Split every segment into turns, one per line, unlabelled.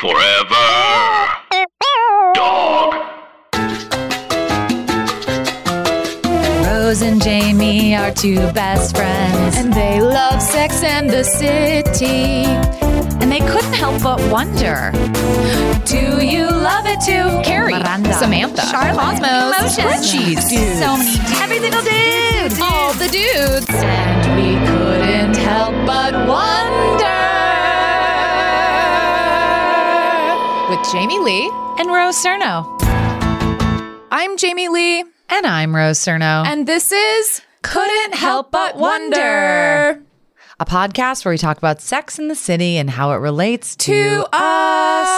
Forever. Dog.
Rose and Jamie are two best friends, and they love sex and the city. And they couldn't help but wonder do you love it too? Carrie, Samantha, Charlotte, Cosmos, Spreadsheets, so many dudes. Every single dude, all the dudes. And we couldn't help but wonder with Jamie Lee and Rose Cerno. I'm Jamie Lee. And I'm Rose Cerno. And this is Couldn't Help But Wonder.
a podcast where we talk about sex in the city and how it relates to,
To us.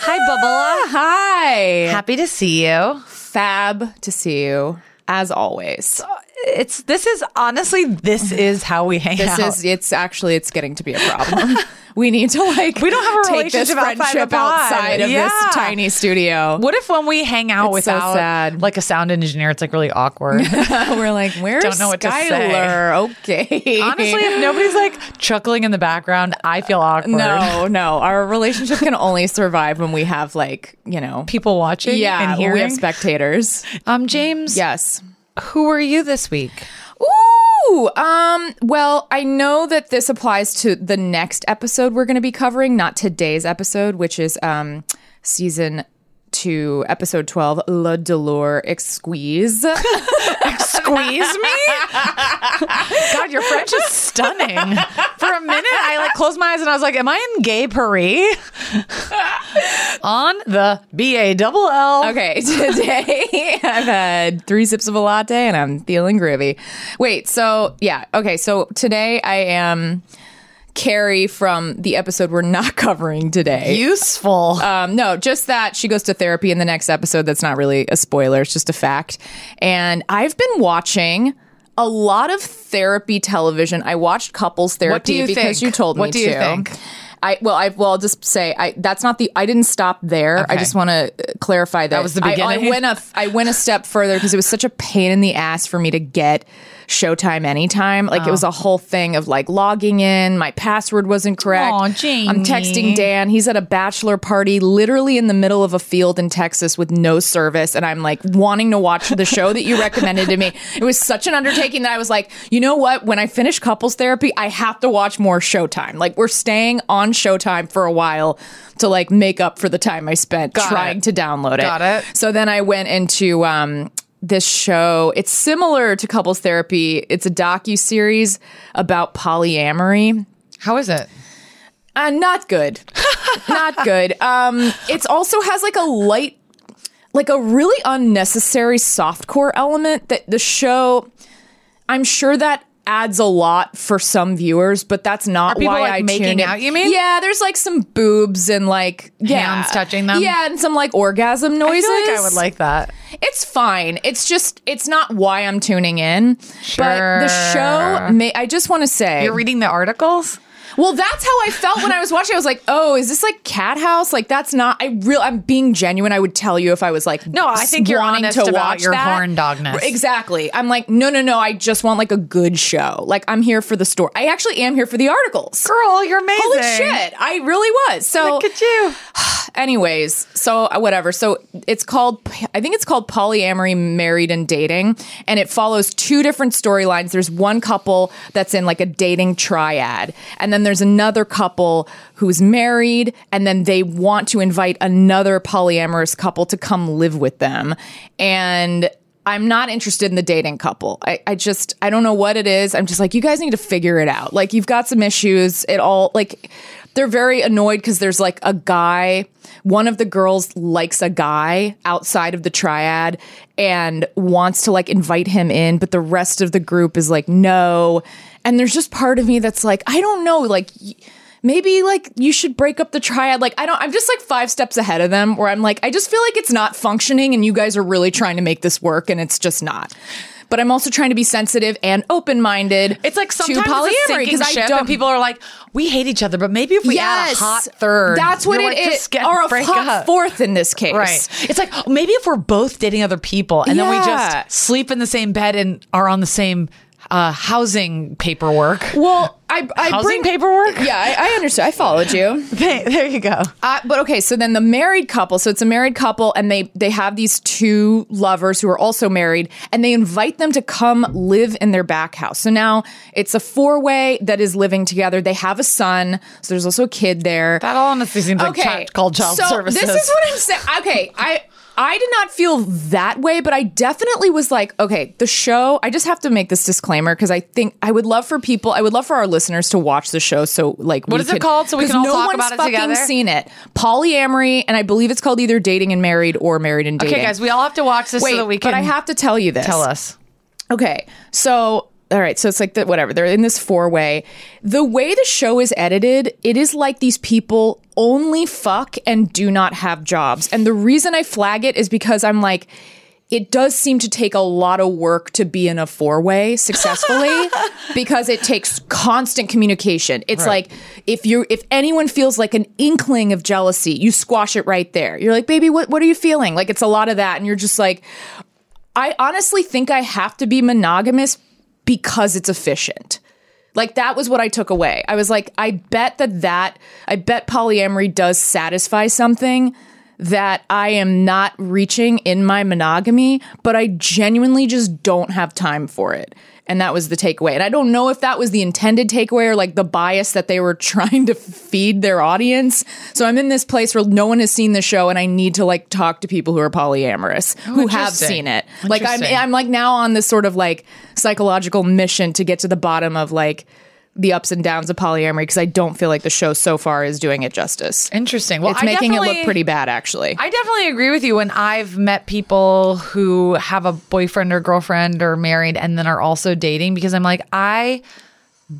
Hi,
Bubba.
Hi.
Happy to see you.
Fab to see you, as always.
It's this is honestly this is how we hang
This
out.
is, it's actually, it's getting to be a problem. we need to like,
We don't have a
take this
relationship outside the
friendship
pod.
outside of
Yeah.
this tiny studio.
what if when we hang out
It's so
without
sad.
like a sound engineer, it's like really awkward.
We're like, where's
Don't know what to say.
Skylar? Okay.
honestly, if nobody's like chuckling in the background, I feel awkward.
no, no. Our relationship can only survive when we have like, you know,
People watching
yeah,
and
we
hearing.
have spectators.
um, James,
Yes.
who are you this week?
Ooh. Um, well, I know that this applies to the next episode we're going to be covering, not today's episode, which is um, season two, episode 12, La Dolore Exqueeze.
Squeeze me? God, your French is stunning. For a minute, I like closed my eyes and I was like, "Am I in gay Paris?" On the B A double L.
okay, today I've had three sips of a latte and I'm feeling groovy. Wait, so yeah, okay, so today I am Carrie from the episode we're not covering today.
Useful.
Um, no, just that she goes to therapy in the next episode. That's not really a spoiler, it's just a fact. And I've been watching a lot of therapy television. I watched couples therapy
you
because
think?
you told
What
me
do you
to.
think?
I well, I well, I'll just say I. That's not the. I didn't stop there. I
Okay.
just want to clarify that,
was the
I- oh, I,
beginning?
went a I went a step further because it was such a pain in the ass for me to get Showtime anytime. Like it
Oh.
was a whole thing of like logging in. My password wasn't correct.
Aw,
I'm texting
Jamie.
Dan. He's at a bachelor party, literally in the middle of a field in Texas with no service, and I'm like wanting to watch the show that you recommended to me. It was such an undertaking that I was like, you know what? When I finish couples therapy, I have to watch more Showtime. Like we're staying on Showtime for a while to like make up for the time I spent
Got
trying
it.
to download it.
Got it.
So then I went into um, this show. It's similar to couples therapy. It's a docu series about polyamory.
How is it?
Uh, not good. not good. Um, it also has like a light, like a really unnecessary softcore element that the show. I'm sure that adds a lot for some viewers, but that's not
Are people,
why
like,
I
making
tuned in.
out, you mean?
Yeah, there's like some boobs and like yeah,
Hands touching them?
Yeah, and some like orgasm
I
noises.
feel like I would like that.
It's fine. It's just it's not why I'm tuning in. But the
Sure.
show, may, I just want to say
You're reading the articles.
well, that's how I felt when I was watching. I was like, "Oh, is this like Cat House? Like, that's not. I real. I'm being genuine. I would tell you if I was like,
No, I think you're
wanting
honest
to
about
watch
your
that.
horn dogness.
Exactly. I'm like, no, no, no. I just want like a good show. Like, I'm here for the story. I actually am here for the articles.
Girl, you're amazing.
Holy shit! I really was. So
Look at you.
anyways so uh, whatever so it's called i think it's called polyamory married and dating and it follows two different storylines there's one couple that's in like a dating triad and then then there's another couple who's married, and then they want to invite another polyamorous couple to come live with them. And I'm not interested in the dating couple. I, I just, I don't know what it is. I'm just like, you guys need to figure it out. Like, you've got some issues. It all, like, they're very annoyed because there's like a guy, one of the girls likes a guy outside of the triad and wants to like invite him in, but the rest of the group is like, no. And there's just part of me that's like, I don't know, like, y- maybe like you should break up the triad. Like, I don't, I'm just like five steps ahead of them where I'm like, I just feel like it's not functioning and you guys are really trying to make this work and it's just not. But I'm also trying to be sensitive and open minded.
It's like sometimes it's a sinking ship, and people are like, "We hate each other, but maybe if we add a hot third,
That's what
You're
it is.
like, just get-
Or a
break
hot
up.
fourth in this case.
Right. It's like oh, maybe if we're both dating other people and then we
Yeah.
just sleep in the same bed and are on the same uh, housing paperwork.
Well, I, I
Housing
bring
paperwork?
Yeah, I, I understand. I followed you.
Okay, there you go.
Uh, but okay, so then the married couple. So it's a married couple, and they they have these two lovers who are also married, and they invite them to come live in their back house. So now it's a four way that is living together. They have a son, so there's also a kid there.
That all honestly seems like ch- called child
so
services.
This is what I'm saying. Okay, I I did not feel that way, but I definitely was like, okay, the show. I just have to make this disclaimer because I think I would love for people, I would love for our listeners to watch the show. So like,
What
we
is it
could-
called? So we
'cause
can all
no
talk
one's
about it
fucking
together?
Seen it, polyamory, and I believe it's called either dating and married or married and dating.
Okay, guys, we all have to watch this
Wait,
so that we can
but I have to tell you this.
tell us.
Okay. So, all right. So it's like the, whatever. They're in this four way. The way the show is edited, it is like these people only fuck and do not have jobs. And the reason I flag it is because I'm like, it does seem to take a lot of work to be in a four way successfully because it takes constant communication. It's like if you if anyone feels like an inkling of jealousy, you squash it right there. You're like, "Baby, what what are you feeling?" Like it's a lot of that and you're just like, I honestly think I have to be monogamous because it's efficient. Like that was what I took away. I was like, I bet that that I bet polyamory does satisfy something that I am not reaching in my monogamy, but I genuinely just don't have time for it. And that was the takeaway. And I don't know if that was the intended takeaway or like the bias that they were trying to feed their audience. So I'm in this place where no one has seen the show and I need to like talk to people who are polyamorous who have
Oh, interesting.
seen it. Like I'm
Interesting.
I'm like now on this sort of like psychological mission to get to the bottom of like the ups and downs of polyamory because I don't feel like the show so far is doing it justice.
Interesting. Well,
it's
I
making it look
definitely-
pretty bad actually.
I definitely agree with you when I've met people who have a boyfriend or girlfriend or married and then are also dating because I'm like, I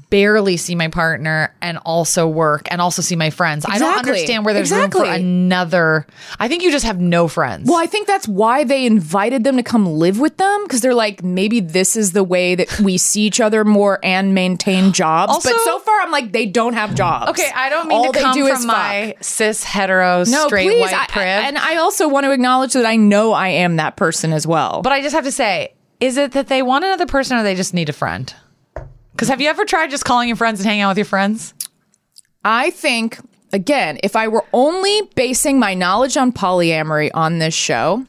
barely see my partner and also work and also see my friends. I don't
Exactly.
understand where there's room for
Exactly.
another. I think you just have no friends.
well, I think that's why they invited them to come live with them because they're like, maybe this is the way that we see each other more and maintain jobs. but
Also-
so far, I'm like, they don't have jobs.
Okay, I don't mean
All
to
they
come
do
from
is fuck.
my cis hetero straight
please, I-
white priv.
I- and I also want to acknowledge that I know I am that person as well.
But I just have to say, is it that they want another person or they just need a friend? Because have you ever tried just calling your friends and hanging out with your friends?
I think, again, if I were only basing my knowledge on polyamory on this show,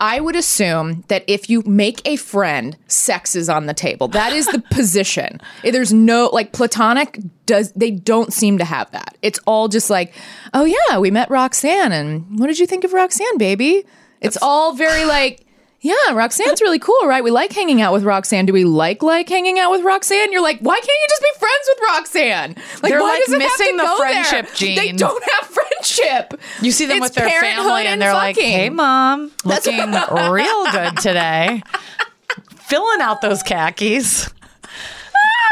I would assume that if you make a friend, sex is on the table. That is the position. There's no like platonic does they don't seem to have that. It's all just like, oh yeah, we met Roxanne and what did you think of Roxanne, baby? It's all very like yeah, Roxanne's really cool, right? We like hanging out with Roxanne. Do we like like hanging out with Roxanne? You're like, why can't you just be friends with Roxanne? Like,
They're,
why
like,
does it have to
missing the
go there?
friendship gene.
They don't have friendship.
You see them
It's
with their
parenthood
family and they're like,
fucking.
hey, mom, looking real good today. Filling out those khakis.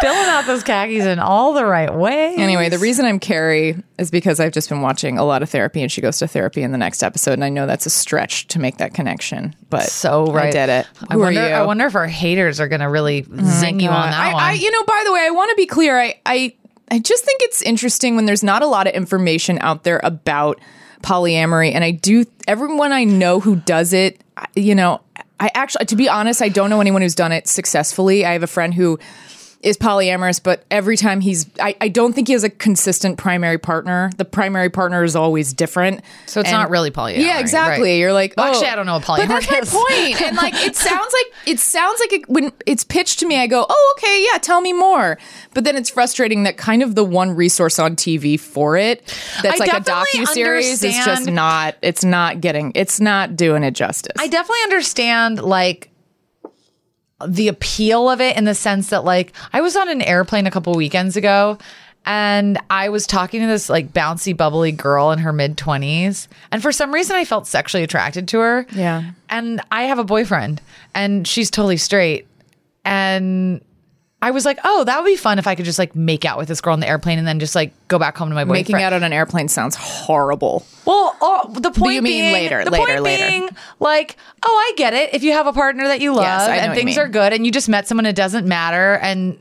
Filling out those khakis in all the right way.
Anyway, the reason I'm Carrie is because I've just been watching a lot of therapy, and she goes to therapy in the next episode. And I know that's a stretch to make that connection, but
so right.
I did it.
I
Who are
wonder,
you? Oh
I wonder if our haters are going to really zing you on that
I,
one.
I, you know, by the way, I want to be clear. I, I, I just think it's interesting when there's not a lot of information out there about polyamory, and I do. Everyone I know who does it, I- you know, I actually, to be honest, I don't know anyone who's done it successfully. I have a friend who is polyamorous, but every time he's, I, I don't think he has a consistent primary partner. The primary partner is always different.
So it's
And-
not really polyamorous.
Yeah, exactly.
right.
You're like,
Well,
oh.
actually, I don't know what
But that's my
polyamorous is.
point. And like, it sounds like it sounds like it, when it's pitched to me, I go, oh, okay, yeah, tell me more. But then it's frustrating that kind of the one resource on TV for it that's
I
like a
definitely
docu series is just
understand-
not. It's not getting. It's not doing it justice.
I definitely understand like the appeal of it in the sense that like I was on an airplane a couple weekends ago and I was talking to this like bouncy bubbly girl in her mid 20s and for some reason I felt sexually attracted to her.
Yeah.
And I have a boyfriend and she's totally straight and I was like, "Oh, that would be fun if I could just like make out with this girl on the airplane and then just like go back home to my boyfriend."
Making out on an airplane sounds horrible.
Well, oh, the point
you mean
being,
later,
the
later,
point
later.
being, like, oh, I get it. If you have a partner that you love
Yes, I know
and
what you
things
mean.
are good, and you just met someone, it doesn't matter. And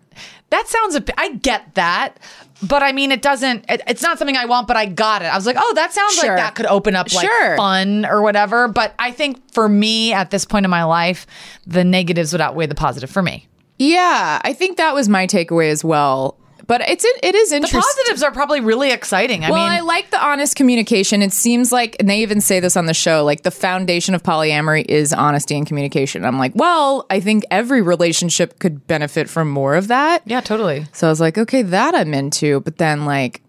that sounds, a, I get that, but I mean, it doesn't. It, it's not something I want, but I got it. I was like, oh, that sounds
Sure.
like that could open up like
Sure.
fun or whatever. But I think for me at this point in my life, the negatives would outweigh the positive for me.
Yeah, I think that was my takeaway as well. But it's it, it is
The
interesting.
positives are probably really exciting. I
well,
mean,
I like the honest communication. It seems like, and they even say this on the show, like the foundation of polyamory is honesty and communication. I'm like, well, I think every relationship could benefit from more of that.
yeah, totally.
So I was like, okay, that I'm into. But then, like,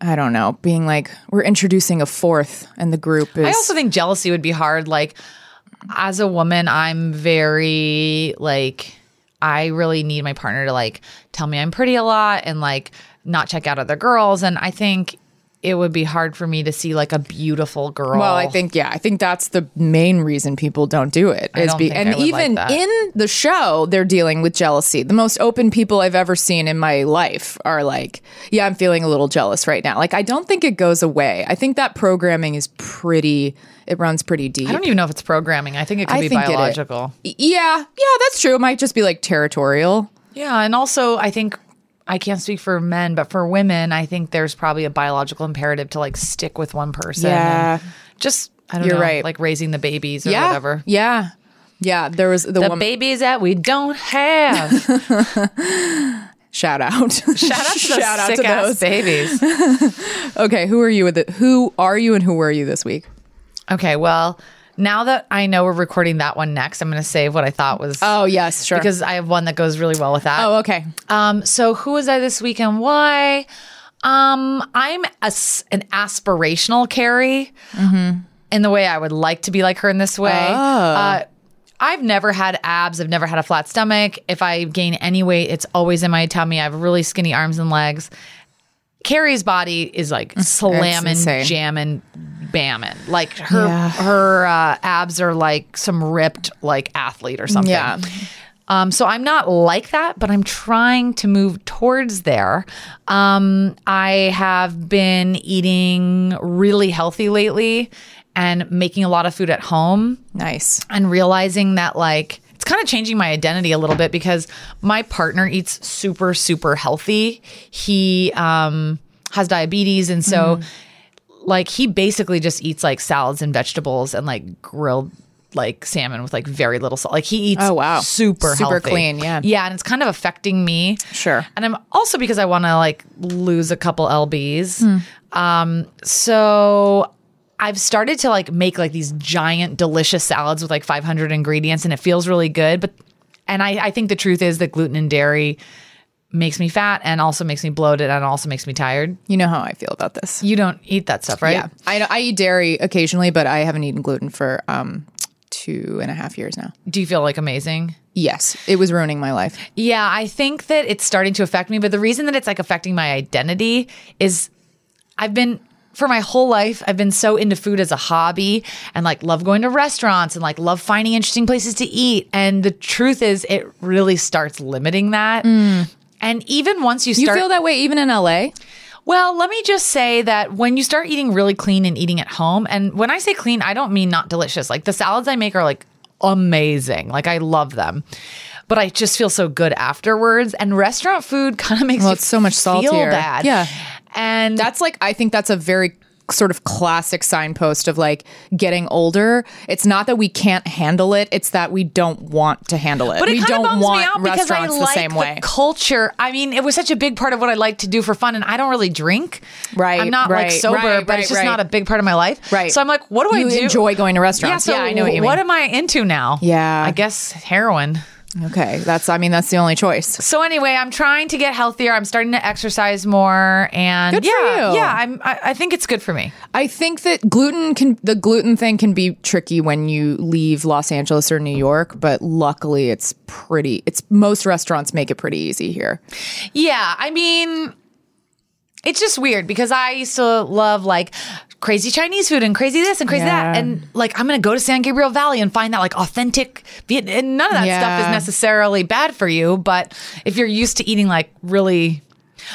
I don't know, being like, we're introducing a fourth, and the group is.
I also think jealousy would be hard. Like, as a woman, I'm very like I really need my partner to like tell me I'm pretty a lot and like not check out other girls. And I think it would be hard for me to see like a beautiful girl.
Well, I think yeah, I think that's the main reason people don't do it.
I
Is
don't
be,
think
and
I would
even
like that.
in the show, they're dealing with jealousy. The most open people I've ever seen in my life are like, yeah, I'm feeling a little jealous right now. Like I don't think it goes away. I think that programming is pretty. It runs pretty deep.
I don't e-, even know if it's programming. I think it could
I
be
think it is.
biological.
yeah, yeah, that's true. It might just be like territorial.
Yeah, and also I think I can't speak for men, but for women, I think there's probably a biological imperative to like stick with one person.
Yeah.
and just I don't
You're
know,
right.
like raising the babies or
yeah,
whatever.
Yeah, yeah. There was the,
The
woman
babies that we don't have.
shout out.
Shout out to those sick ass babies.
Okay, who are you with? It? Who are you and who were you this week?
okay, well, now that I know we're recording that one next, I'm going to save what I thought was.
Oh yes, sure.
Because I have one that goes really well with that.
oh okay.
Um, so who was I this week and why? Um, I'm a s an aspirational Carrie
Mm-hmm.
in the way I would like to be like her in this way.
Oh.
Uh, I've never had abs. I've never had a flat stomach. If I gain any weight, it's always in my tummy. I have really skinny arms and legs. Carrie's body is like slamming,
Mm, insane.
jamming, bamming. Like her
Yeah.
her uh, abs are like some ripped like athlete or something.
Yeah.
Um, so I'm not like that, but I'm trying to move towards there. Um, I have been eating really healthy lately and making a lot of food at home
Nice.
and realizing that like it's kind of changing my identity a little bit because my partner eats super super healthy. He um has diabetes and so
Mm-hmm.
like he basically just eats like salads and vegetables and like grilled like salmon with like very little salt. Like he eats
Oh, wow.
super
Super
healthy.
clean, yeah.
Yeah, and it's kind of affecting me.
Sure.
And I'm also because I want to like lose a couple lbs. Um, so I've started to like make like these giant delicious salads with like 500 ingredients, and it feels really good. But and I, I think the truth is that gluten and dairy makes me fat and also makes me bloated and also makes me tired.
You know how I feel about this.
You don't eat that stuff, right?
Yeah. I, I eat dairy occasionally, but I haven't eaten gluten for um two and a half years now.
Do you feel like amazing?
Yes, it was ruining my life.
Yeah, I think that it's starting to affect me, but the reason that it's like affecting my identity is I've been for my whole life I've been so into food as a hobby and like love going to restaurants and like love finding interesting places to eat and the truth is it really starts limiting that. And even once you
Mm. You
start
feel that way even in LA?
well, let me just say that when you start eating really clean and eating at home, and when I say clean, I don't mean not delicious. Like the salads I make are like amazing. Like I love them. But I just feel so good afterwards. And restaurant food kind of makes
Well,
you
it's so much
feel
saltier.
bad.
Yeah.
And
That's like I think that's a very sort of classic signpost of like getting older. It's not that we can't handle it; it's that we don't want to handle it.
But it
we
kinda
don't
bums
want
me out because I
restaurants
like
the same way.
culture. I mean, it was such a big part of what I like to do for fun, and I don't really drink.
Right,
I'm not like
right,
sober,
right,
but it's
right,
just
right.
not a big part of my life.
Right.
So I'm like, what do
You
I do?
enjoy going to restaurants.
Yeah. So
Yeah, I know what you mean.
am I into now?
Yeah.
I guess heroin.
okay, that's I mean that's the only choice.
So anyway, I'm trying to get healthier. I'm starting to exercise more, and
Good for
yeah,
you.
yeah, I'm. I, I think it's good for me.
I think that gluten can the gluten thing can be tricky when you leave Los Angeles or New York, but luckily it's pretty. It's most restaurants make it pretty easy here.
Yeah, I mean, it's just weird because I used to love like crazy Chinese food and crazy this and crazy that,
Yeah.
and like I'm gonna go to San Gabriel Valley and find that like authentic. Viet- And none of that stuff is
Yeah.
necessarily bad for you, but if you're used to eating like really,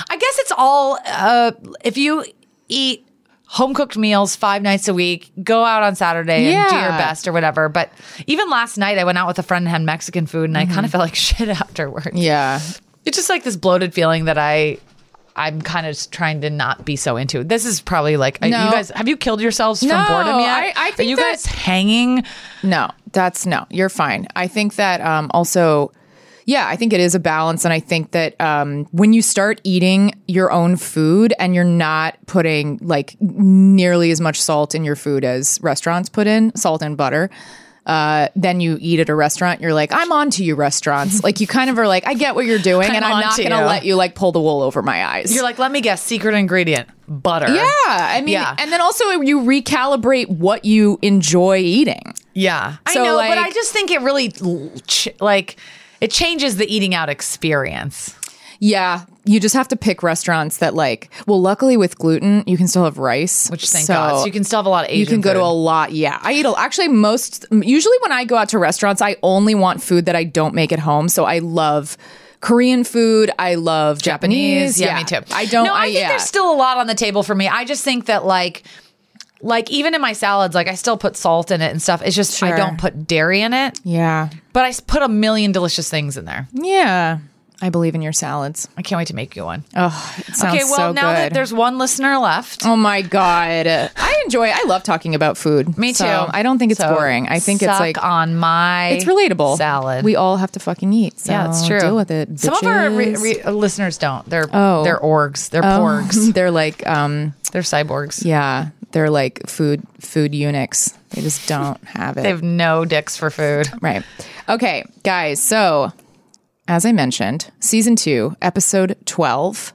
I guess it's all uh, if you eat. Home cooked meals five nights a week. Go out on Saturday and do your
Yeah.
best or whatever. But even last night, I went out with a friend and had Mexican food, and I
Mm-hmm.
kind of felt like shit afterwards.
Yeah,
It's just like this bloated feeling that I I'm kind of trying to not be so into. This is probably like I-
No.
you guys have you killed yourselves
No,
from boredom yet?
I- I
Are
think
you
that-
guys hanging?
No, that's no. You're fine. I think that um, also, yeah, I think it is a balance, and I think that um, when you start eating your own food and you're not putting like nearly as much salt in your food as restaurants put in salt and butter. Uh, then you eat at a restaurant. You're like, I'm on to you, restaurants. like you kind of are like, I get what you're doing, and I'm not
onto
gonna
you.
let you like pull the wool over my eyes.
You're like, let me guess, secret ingredient, butter.
yeah. I mean,
Yeah.
and then also you recalibrate what you enjoy eating.
Yeah. I
So,
know, but I
like-
just think it really l- ch- like it changes the eating out experience.
Yeah, you just have to pick restaurants that like. Well, luckily with gluten, you can still have rice,
Which thank God. So you can still have a lot of
you
Asian
can go to a
food.
lot. Yeah, I eat a, actually most. Usually when I go out to restaurants, I only want food that I don't make at home. So I love Korean food. I love Japanese.
Yeah, me too.
I don't.
No, I, think
yeah.
there's still a lot on the table for me. I just think that like. Like even in my salads, like I still put salt in it and stuff. It's just I
Sure.
don't put dairy in it.
yeah,
But I s- put a million delicious things in there.
yeah. I believe in your salads.
I can't wait to make you one.
Oh, it sounds
okay, well,
so
now that
good.
there's one listener left,
Oh my god, I enjoy. I love talking about food.
me too.
So I don't think it's
So
boring. I think it's
suck
like
on my
it's relatable.
salad.
We all have to fucking eat. So
yeah, it's true.
Deal with it.
Some of our re-
bitches.
re- uh, listeners don't. They're
Oh.
they're orgs. They're
Oh,
porgs.
They're like, um,
They're cyborgs.
yeah, they're like food food eunuchs. They just don't have it.
They have no dicks for food.
right. Okay, guys. So as I mentioned, season two, episode twelve,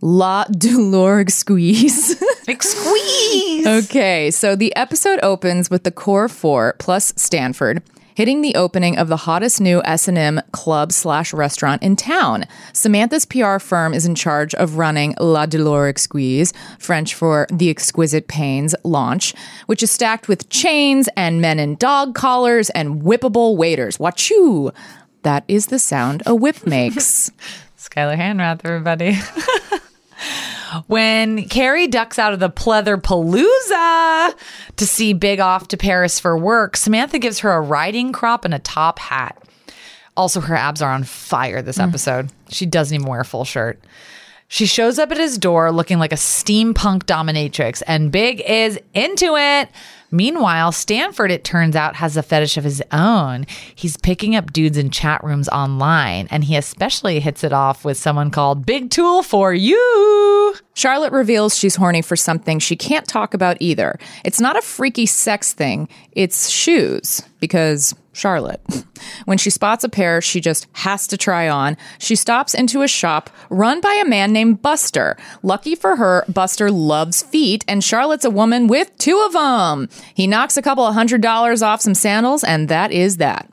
La Dolorgue Squeeze.
Big squeeze.
Okay, so the episode opens with the core four plus Stanford hitting the opening of the hottest new S&M club slash restaurant in town. Samantha's PR firm is in charge of running La Douleur Exquise, French for the exquisite pains launch, which is stacked with chains and men in dog collars and whippable waiters. Wachoo! That is the sound a whip makes.
Skylar Hanrath, everybody. when Carrie ducks out of the pleather palooza to see Big off to Paris for work, Samantha gives her a riding crop and a top hat. Also, her abs are on fire this episode. She doesn't even wear a full shirt. She shows up at his door looking like a steampunk dominatrix, and Big is into it. Meanwhile, Stanford, it turns out, has a fetish of his own. He's picking up dudes in chat rooms online, and he especially hits it off with someone called Big Tool for You.
Charlotte reveals she's horny for something she can't talk about either. It's not a freaky sex thing, it's shoes, because Charlotte. When she spots a pair she just has to try on, she stops into a shop run by a man named Buster. Lucky for her, Buster loves feet, and Charlotte's a woman with two of them. He knocks a couple of hundred dollars off some sandals, and that is that.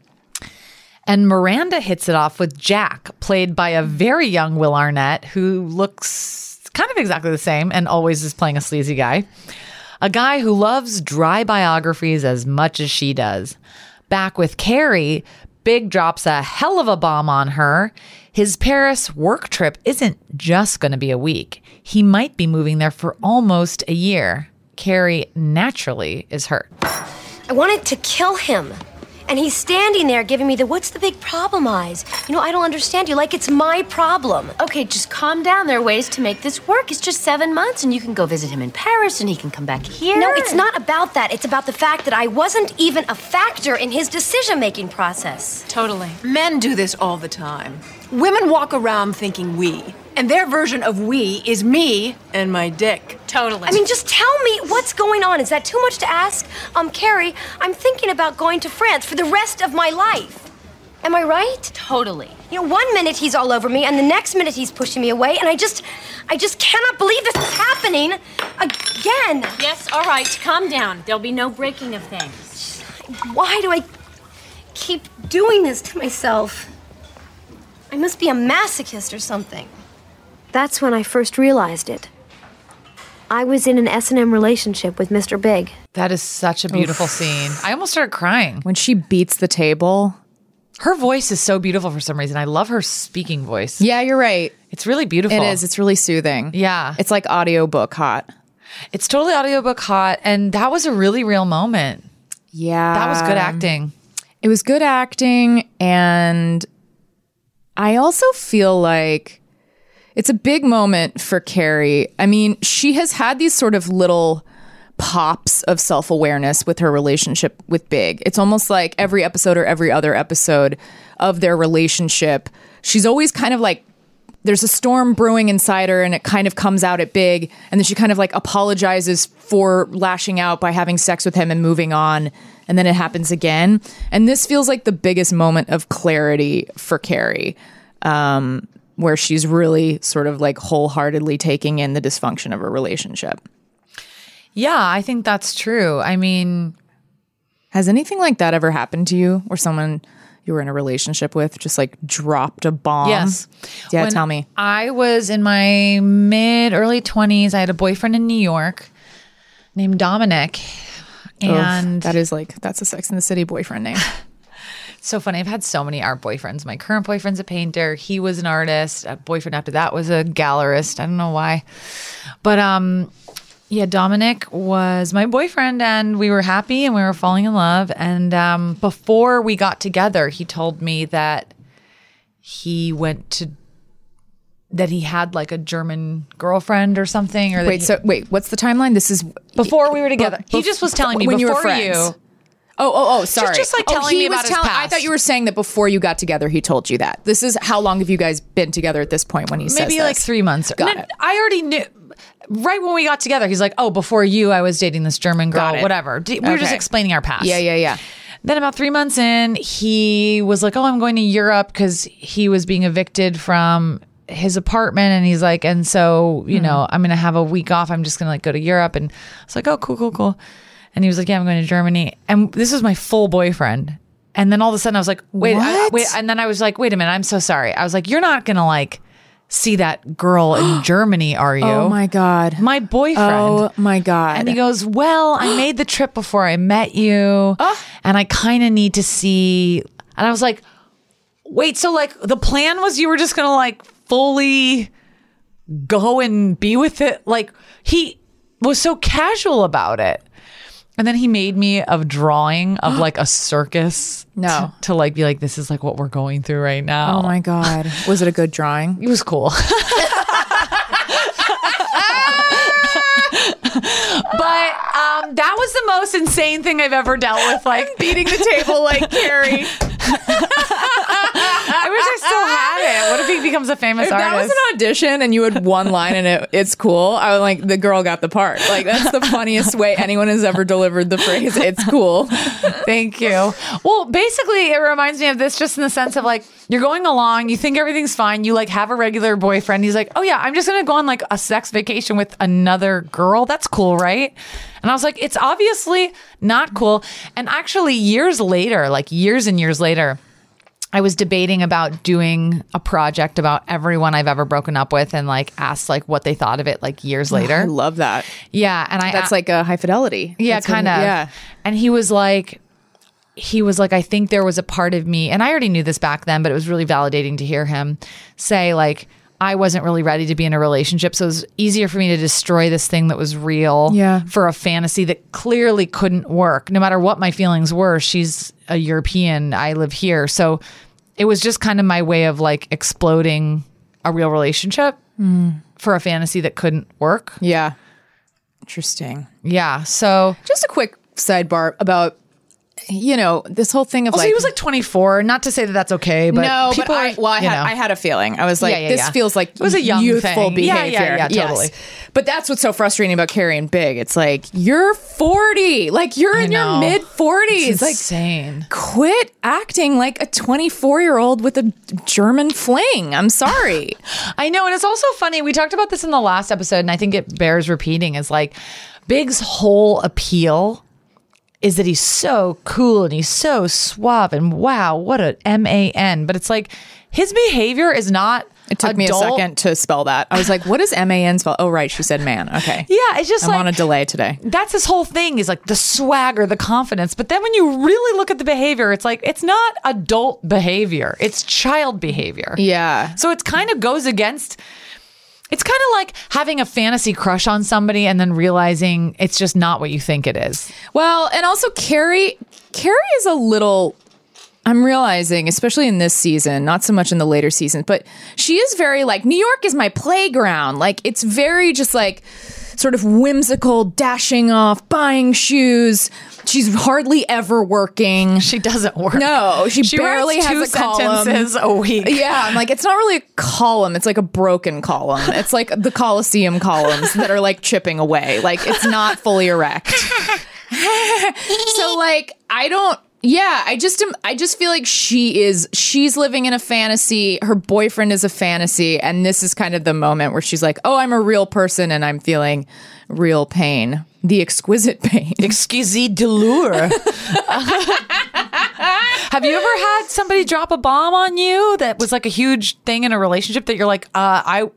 And Miranda hits it off with Jack, played by a very young Will Arnett, who looks kind of exactly the same and always is playing a sleazy guy. A guy who loves dry biographies as much as she does. Back with Carrie, Big drops a hell of a bomb on her. His Paris work trip isn't just going to be a week, he might be moving there for almost a year. Carrie naturally is hurt.
I wanted to kill him. And he's standing there giving me the what's the big problem eyes. You know, I don't understand you. Like it's my problem. Okay, just calm down. There are ways to make this work. It's just seven months and you can go visit him in Paris and he can come back here. No, it's not about that. It's about the fact that I wasn't even a factor in his decision making process.
Totally. Men do this all the time. Women walk around thinking we, and their version of we is me and my dick.
Totally. I mean, just tell me what's going on. Is that too much to ask? Um, Carrie, I'm thinking about going to France for the rest of my life. Am I right?
Totally.
You know, one minute he's all over me, and the next minute he's pushing me away, and I just, I just cannot believe this is happening again.
Yes, all right, calm down. There'll be no breaking of things.
Why do I keep doing this to myself? I must be a masochist or something. That's when I first realized it. I was in an S&M relationship with Mr. Big.
That is such a beautiful scene. I almost started crying.
When she beats the table.
Her voice is so beautiful for some reason. I love her speaking voice.
Yeah, you're right.
It's really beautiful.
It is. It's really soothing.
Yeah.
It's like audiobook hot.
It's totally audiobook hot. And that was a really real moment.
Yeah.
That was good acting.
It was good acting. And I also feel like it's a big moment for Carrie. I mean, she has had these sort of little pops of self awareness with her relationship with Big. It's almost like every episode or every other episode of their relationship, she's always kind of like, there's a storm brewing inside her and it kind of comes out at Big. And then she kind of like apologizes for lashing out by having sex with him and moving on. And then it happens again. And this feels like the biggest moment of clarity for Carrie. Um, where she's really sort of like wholeheartedly taking in the dysfunction of her relationship.
Yeah, I think that's true. I mean,
Has anything like that ever happened to you where someone you were in a relationship with just like dropped a bomb?
Yes.
Yeah,
When
tell me.
I was in my mid early 20s. I had a boyfriend in New York named Dominic.
Oof,
And
that is like that's a Sex in the City boyfriend name.
so funny. I've had so many art boyfriends. My current boyfriend's a painter. He was an artist. A boyfriend after that was a gallerist. I don't know why. But um yeah, Dominic was my boyfriend and we were happy and we were falling in love and um before we got together, he told me that he went to that he had like a German girlfriend or something or that
wait,
he-
so wait, what's the timeline? This is
before we were together. he
bef-
just was telling me
when you were
before
friends.
you
Oh, oh, oh, sorry.
just, like,
Oh,
telling
he
me
was
about his
telling- I
past.
thought you were saying that before you got together, he told you that. This is how long have you guys been together at this point when he says
maybe like
this?
three months.
Got
No,
it.
I already knew right when we got together. He's like, "Oh, before you, I was dating this German
Got
girl.
it.
Whatever." D- We were just
Okay.
explaining our past.
Yeah, yeah, yeah.
Then about three months in, he was like, "Oh, I'm going to Europe because he was being evicted from." his apartment and he's like and so
Hmm.
you know i'm gonna have a week off i'm just gonna like go to europe and i was like oh cool cool cool and he was like yeah i'm going to germany and this was my full boyfriend and then all of a sudden i was like wait I-
What?
wait and then i was like wait a minute i'm so sorry i was like you're not gonna like see that girl in germany are you
Oh my god.
my boyfriend
Oh my god.
and he goes, Well, I made the trip before I met you.
Uh.
And I kind of need to see. And I was like, Wait, so like the plan was you were just going to like fully go and be with it? Like he was so casual about it. And then he made me a drawing of like a circus.
No.
To, to, like be like, This is like what we're going through right now.
Oh my god. Was it a good drawing?
It was cool. but um, that was the most insane thing I've ever dealt with. Like
Beating the table like Carrie.
I wish I still had it. What if he becomes a famous
If
artist?
that was an audition and you had one line and it, it's cool, I was like, the girl got the part. Like, that's the funniest way anyone has ever delivered the phrase, it's cool.
Thank you. Well, basically, it reminds me of this just in the sense of like, you're going along, you think everything's fine, you like have a regular boyfriend. He's like, oh yeah, I'm just going to go on like a sex vacation with another girl. That's cool, right? And I was like, it's obviously not cool. And actually, years later, like years and years later, I was debating about doing a project about everyone I've ever broken up with and like asked like what they thought of it like years
I
later.
love that.
Yeah, and I
That's like a high fidelity.
yeah,
That's when-
kind of.
Yeah.
And he was like, he was like, I think there was a part of me, and I already knew this back then, but it was really validating to hear him say, like, I wasn't really ready to be in a relationship. So it was easier for me to destroy this thing that was real
Yeah.
for a fantasy that clearly couldn't work. No matter what my feelings were, she's a European. I live here. So it was just kind of my way of like exploding a real relationship
Mm.
for a fantasy that couldn't work.
Yeah. Interesting.
Yeah. So
Just a quick sidebar about, you know, this whole thing of
also
like.
he was like 24. Not to say that that's okay, but
no,
people
but I,
are,
well, I
you
had,
know.
I had a feeling. I was like,
Yeah, yeah,
this
yeah.
feels like
It was a young
youthful
thing. Yeah, yeah,
behavior.
yeah,
Yes.
totally.
But that's what's so frustrating about Carrie and Big. It's like you're 40, like you're
I
in your
know.
mid 40s.
it's
Like,
insane.
quit acting like a 24 year old with a German fling. I'm sorry.
I know. And it's also funny. We talked about this in the last episode, and I think it bears repeating is like Big's whole appeal is that he's so cool and he's so suave and wow, what a M A N. But it's like his behavior is not.
It took me a
adult-
second to spell that. I was like, what does M A N spell? Oh, right. She said man. Okay.
Yeah, it's just
I'm
like
on a delay today.
that's his whole thing is like the swagger, the confidence. But then when you really look at the behavior, it's like it's not adult behavior, it's child behavior.
Yeah.
So it kind of goes against. It's kind of like having a fantasy crush on somebody and then realizing it's just not what you think it is.
Well, and also Carrie Carrie is a little I'm realizing, especially in this season, not so much in the later seasons, but she is very like New York is my playground. Like it's very just like sort of whimsical, dashing off, buying shoes. She's hardly ever working.
She doesn't work.
No, she, barely
writes
has a column.
sentences a week.
Yeah, I'm like, it's not really a column. It's like a broken column. It's like the Colosseum columns that are like chipping away. Like it's not fully erect. so like, I don't. Yeah, I just am. I just feel like she is. She's living in a fantasy. Her boyfriend is a fantasy, and this is kind of the moment where she's like, "Oh, I'm a real person, and I'm feeling real pain, the exquisite pain."
Exquisite delure. Have you ever had somebody drop a bomb on you that was like a huge thing in a relationship that you're like, uh, I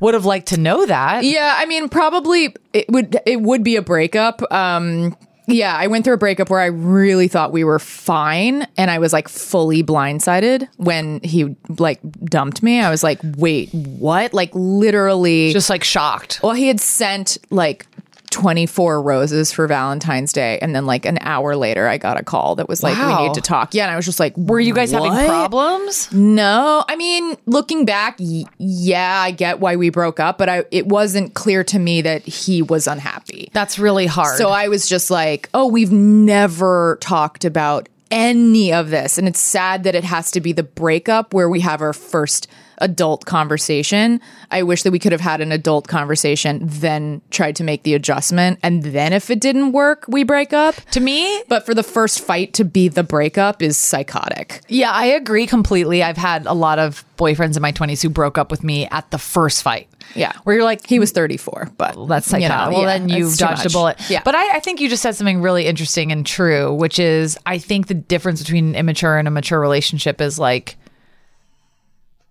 would have liked to know that?
Yeah, I mean, probably it would it would be a breakup. Um, yeah, I went through a breakup where I really thought we were fine, and I was like fully blindsided when he like dumped me. I was like, wait, what? Like literally,
Just like shocked.
well, he had sent like. 24 roses for Valentine's Day. And then, like, an hour later, I got a call that was like,
Wow.
we need to talk. Yeah. And I was just like,
Were you guys having
problems?
problems?
No, I mean, looking back, y- yeah, I get why we broke up, but I it wasn't clear to me that he was unhappy.
That's really hard.
So I was just like, "Oh, we've never talked about any of this." And it's sad that it has to be the breakup where we have our first adult conversation. I wish that we could have had an adult conversation, then tried to make the adjustment, and then if it didn't work, we break up.
to me,
But for the first fight to be the breakup is psychotic.
Yeah, I agree completely. I've had a lot of boyfriends in my 20s who broke up with me at the first fight.
Yeah.
Where you're like,
He was 34, but
that's
you
psychotic.
know,
well,
yeah,
then you
it's too
dodged a
much.
bullet.
Yeah.
But I, I think you just said something really interesting and true, which is I think the difference between an immature and a mature relationship is like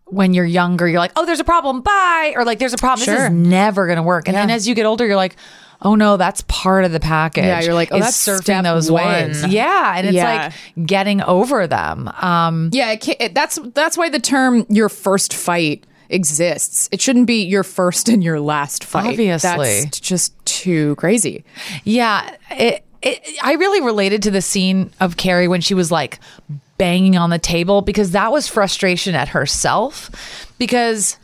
when you're younger, you're like, oh, there's a problem. Bye. Or like, there's a problem. This
Sure.
is never going to work. And then as you get older, you're like, oh no, that's part of the package.
Yeah, you're like, oh,
is
that's step one.
Yeah. And it's
Yeah.
like getting over them. Um,
yeah, it ca- it, that's that's why the term your first fight exists. It shouldn't be your first and your last fight.
Obviously.
That's just too crazy.
Yeah, it, it, I really related to the scene of Carrie when she was like banging on the table because that was frustration at herself. Because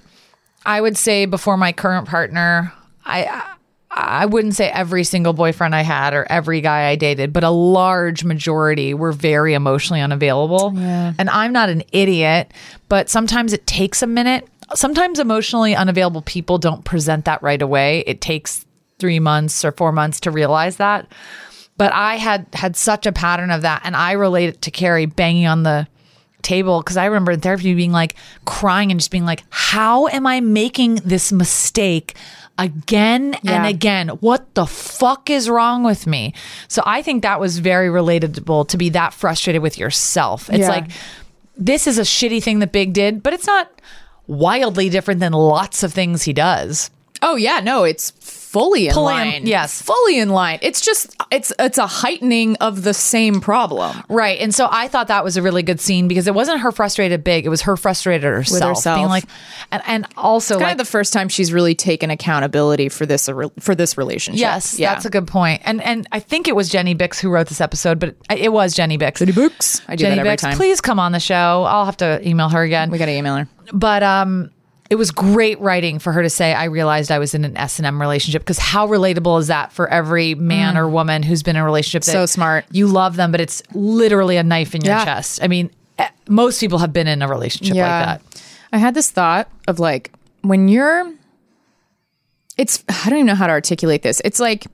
I would say before my current partner, I. I I wouldn't say every single boyfriend I had or every guy I dated, but a large majority were very emotionally unavailable. And I'm not an idiot, but sometimes it takes a minute. Sometimes emotionally unavailable people don't present that right away. It takes three months or four months to realize that. But I had had such a pattern of that, and I relate it to Carrie banging on the table because I remember in therapy being like crying and just being like, "How am I making this mistake?" Again and again, what the fuck is wrong with me? So I think that was very relatable to be that frustrated with yourself. It's
Yeah.
like this is a shitty thing that Big did, but it's not wildly different than lots of things he does.
Oh yeah, no, it's fully in
Fully in-
line.
yes.
fully in line. It's just it's it's a heightening of the same problem.
Right. And so I thought that was a really good scene because it wasn't her frustrated big, it was her frustrated herself.
herself.
Being like and, and also
Kind
like
of the first time she's really taken accountability for this for this relationship.
Yes, that's a good point. And and I think it was Jenny Bix who wrote this episode, but it, it was Jenny Bix. Jenny
Bix. I do
Jenny
that every
Bix,
time.
please come on the show. I'll have to email her again.
We got to email her.
but um it was great writing for her to say i realized i was in an s&m relationship because how relatable is that for every man or woman who's been in a relationship that
Mm. So smart.
you love them but it's literally a knife in your
Yeah.
chest i mean eh, most people have been in a relationship like that
I had this thought of like when you're it's I don't even know how to articulate this. It's like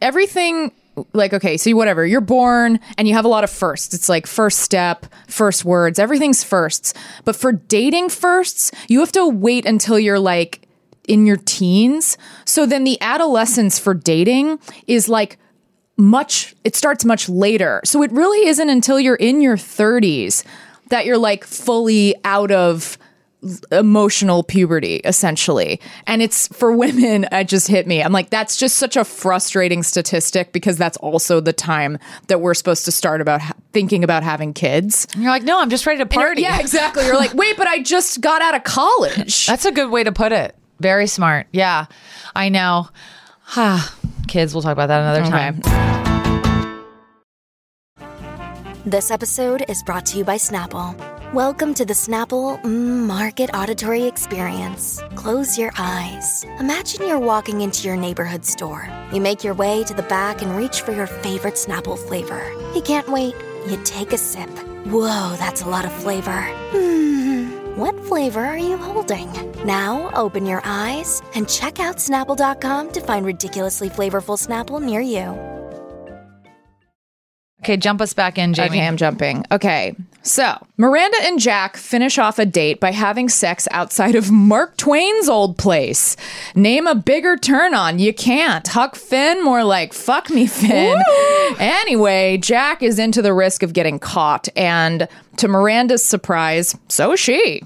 everything like okay, so you whatever, you're born and you have a lot of firsts. It's like first step, first words, everything's firsts. But for dating firsts, you have to wait until you're like in your teens. So then the adolescence for dating is like much it starts much later. So it really isn't until you're in your 30s that you're like fully out of emotional puberty essentially. And it's for women it just hit me. I'm like that's just such a frustrating statistic because that's also the time that we're supposed to start about ha- thinking about having kids.
and you're like no i'm just ready to
And you're-
party
Yeah, exactly. You're like, "Wait, but I just got out of college."
that's a good way to put it very smart yeah i know kids we'll talk about that another time
This episode is brought to you by Snapple. Welcome to the Snapple mm, Market Auditory Experience. Close your eyes. Imagine you're walking into your neighborhood store. You make your way to the back and reach for your favorite Snapple flavor. You can't wait. You take a sip. Whoa, that's a lot of flavor. Hmm. What flavor are you holding? Now open your eyes and check out Snapple.com to find ridiculously flavorful Snapple near you.
okay jump us back in jamie
Okay, I'm jumping. Okay. So, Miranda and Jack finish off a date by having sex outside of Mark Twain's old place. Name a bigger turn on. You can't. Huck Finn, more like fuck me, Finn. Anyway, Jack is into the risk of getting caught, and to Miranda's surprise, so is she.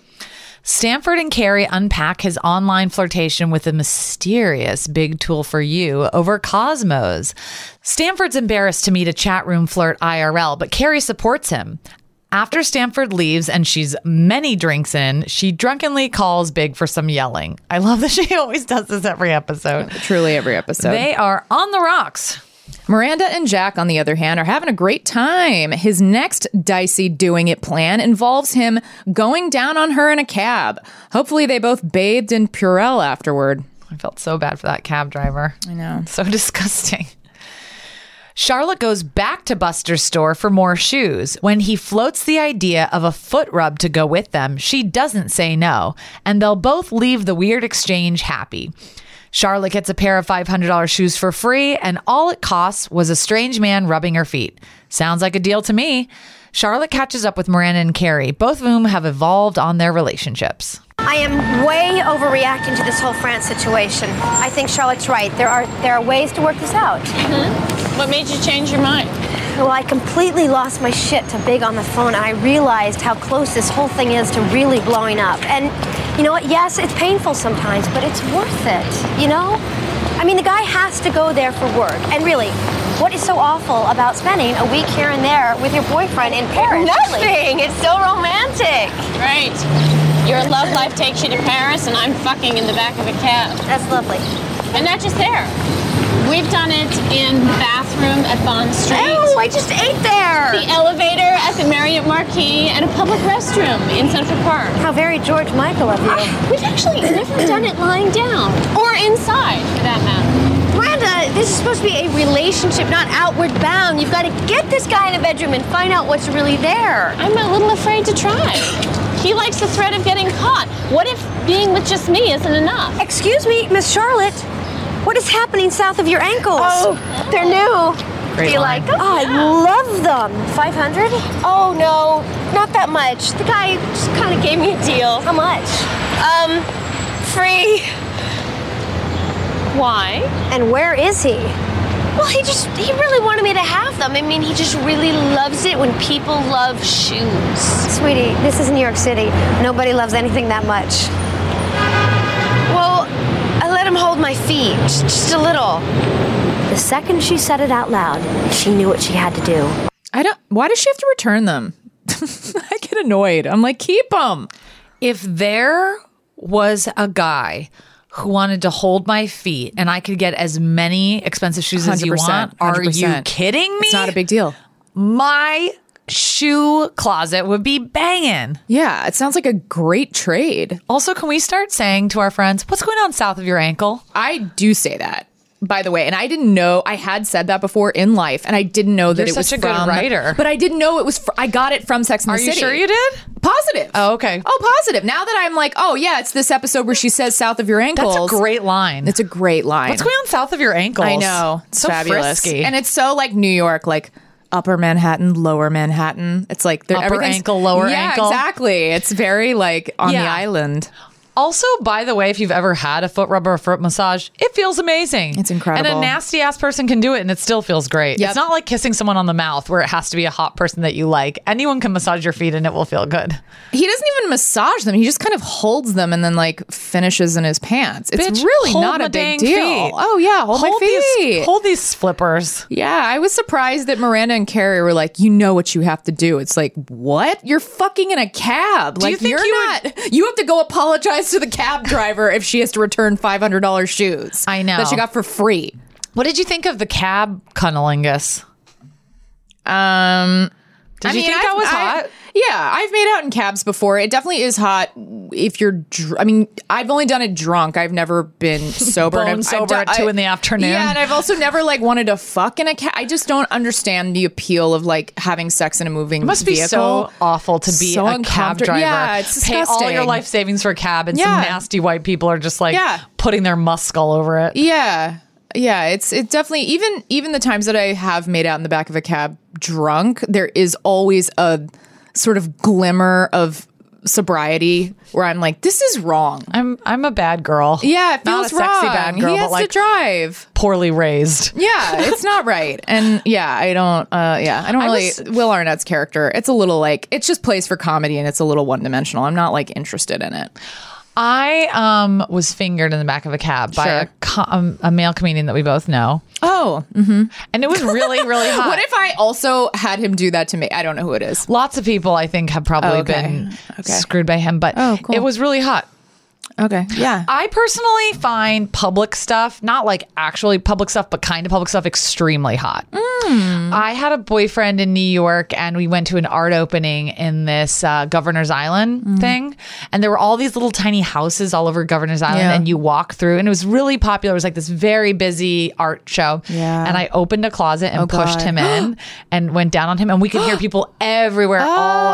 Stanford and Carrie unpack his online flirtation with the mysterious big tool for you over Cosmos. Stanford's embarrassed to meet a chat room flirt IRL, but Carrie supports him. After Stanford leaves and she's many drinks in, she drunkenly calls Big for some yelling. I love that she always does this every episode.
Truly every episode.
They are on the rocks.
Miranda and Jack, on the other hand, are having a great time. His next dicey doing it plan involves him going down on her in a cab. Hopefully, they both bathed in Purell afterward.
I felt so bad for that cab driver. I know. So disgusting. Charlotte goes back to Buster's store for more shoes. When he floats the idea of a foot rub to go with them, she doesn't say no, and they'll both leave the weird exchange happy. Charlotte gets a pair of $500 shoes for free, and all it costs was a strange man rubbing her feet. Sounds like a deal to me. Charlotte catches up with Miranda and Carrie, both of whom have evolved on their relationships.
I am way overreacting to this whole France situation. I think Charlotte's right. There are there are ways to work this out.
What made you change your mind?
Well, I completely lost my shit to Big on the phone, and I realized how close this whole thing is to really blowing up. And you know what? Yes, it's painful sometimes, but it's worth it. You know? I mean, the guy has to go there for work. And really, what is so awful about spending a week here and there with your boyfriend in Paris? Nothing. It's so romantic.
Right. Your love life takes you to Paris, and I'm fucking in the back of a cab.
That's lovely.
And not just there. We've done it in the bathroom at Bond Street.
Oh, I just ate
The
there.
elevator at the Marriott Marquis and a public restroom in Central Park.
How very George Michael of you.
We've actually never done it lying down or inside, for that matter.
Miranda, this is supposed to be a relationship, not outward bound. You've got to get this guy in a bedroom and find out what's really there.
I'm a little afraid to try. He likes the threat of getting caught. What if being with just me isn't enough?
Excuse me, Miss Charlotte. What is happening south of your ankles? Oh, they're new. Do you like them? I love them. 500? Oh, no, not that much. The guy just kind of gave me a deal. How much? Um, free.
Why?
And where is he? Well, he just, he really wanted me to have them. I mean, he just really loves it when people love shoes. Sweetie, this is New York City. Nobody loves anything that much. Well, I let him him hold my feet, just, just a little. The second she said it out loud, she knew what she had to do.
I don't. Why does she have to return them? I get annoyed. I'm like, keep them.
If there was a guy who wanted to hold my feet and I could get as many expensive shoes as you
100%,
want, are you
100%.
kidding me?
It's not a big deal.
My shoe closet would be banging.
Yeah, it sounds like a great trade.
Also, can we start saying to our friends, what's going on south of your ankle?
I do say that, by the way, and I didn't know I had said that before in life, and I didn't know that
You're
it was
such a good
from,
writer.
But I didn't know it was. Fr- I got it from Sex and
Are
the
you
City.
sure you did?
Positive.
Oh, okay.
Oh, positive. Now that I'm like, oh yeah, it's this episode where she says south of your ankles.
That's a great line.
It's a great line.
What's going on south of your ankles?
I know.
It's so
fabulous.
frisky.
And it's so like New York, like upper Manhattan, lower Manhattan. It's like they're
Upper
everything's-
ankle, lower
yeah,
ankle.
Exactly. It's very like on the
Yeah.
island.
Also, by the way, if you've ever had a foot rub or a foot massage, it feels amazing.
It's incredible.
And a nasty ass person can do it and it still feels great.
Yep.
It's not like kissing someone on the mouth where it has to be a hot person that you like. Anyone can massage your feet and it will feel good.
He doesn't even massage them. He just kind of holds them and then like finishes in his pants. It's
Bitch,
really
hold
not
my
a big
dang
deal.
feet.
Oh yeah, hold, my feet.
These, hold these flippers.
Yeah, I was surprised that Miranda and Carrie were like, "You know what you have to do." It's like, "What? You're fucking in a cab. like
you think
are
you
not. You have to go apologize to the cab driver if she has to return five hundred dollars shoes.
I know.
that she got for free.
What did you think of the cab cunnilingus?
Um,
Did you think that was hot?
Yeah, I've made out in cabs before. It definitely is hot if you're. Dr- I mean, I've only done it drunk. I've never been sober. and
Bone
I've- I've
sober
done-
at two
I-
in the afternoon.
Yeah, and I've also never like wanted to fuck in a cab. I just don't understand the appeal of like having sex in a moving.
It must be
vehicle.
so awful to be
So
a cab
uncomforta-
driver.
Yeah, it's
Pay all your
disgusting.
life savings for a cab, and
Yeah.
some nasty white people are just like
Yeah.
putting their musk all over it.
Yeah. Yeah, it's it definitely even even the times that I have made out in the back of a cab drunk, there is always a sort of glimmer of sobriety where I'm like, this is wrong.
I'm I'm a bad girl.
Yeah, it
Not
feels
a sexy
wrong.
bad girl,
he has
but like
to drive.
poorly raised.
Yeah, it's not right. And yeah, I don't. Uh, yeah, I don't really.
was-
Will Arnett's character, it's a little like it's just plays for comedy and it's a little one dimensional. I'm not like interested in it.
I um was fingered in the back of a cab by
Sure.
a, co- um, a male comedian that we both know,
Oh,
and it was really really hot.
what if I also had him do that to me? I don't know who it is.
Lots of people I think have probably
Oh, okay.
been
Okay.
screwed by him, but
Oh, cool.
it was really hot.
Okay, yeah.
I personally find public stuff, not like actually public stuff, but kind of public stuff, extremely hot.
Hmm.
I had a boyfriend in New York, and we went to an art opening in this uh, Governor's Island
Mm.
thing, and there were all these little tiny houses all over Governor's Island,
Yeah.
and you walk through, and it was really popular. It was like this very busy art show,
Yeah.
and I opened a closet and pushed
God.
him in, and went down on him, and we could hear people everywhere, all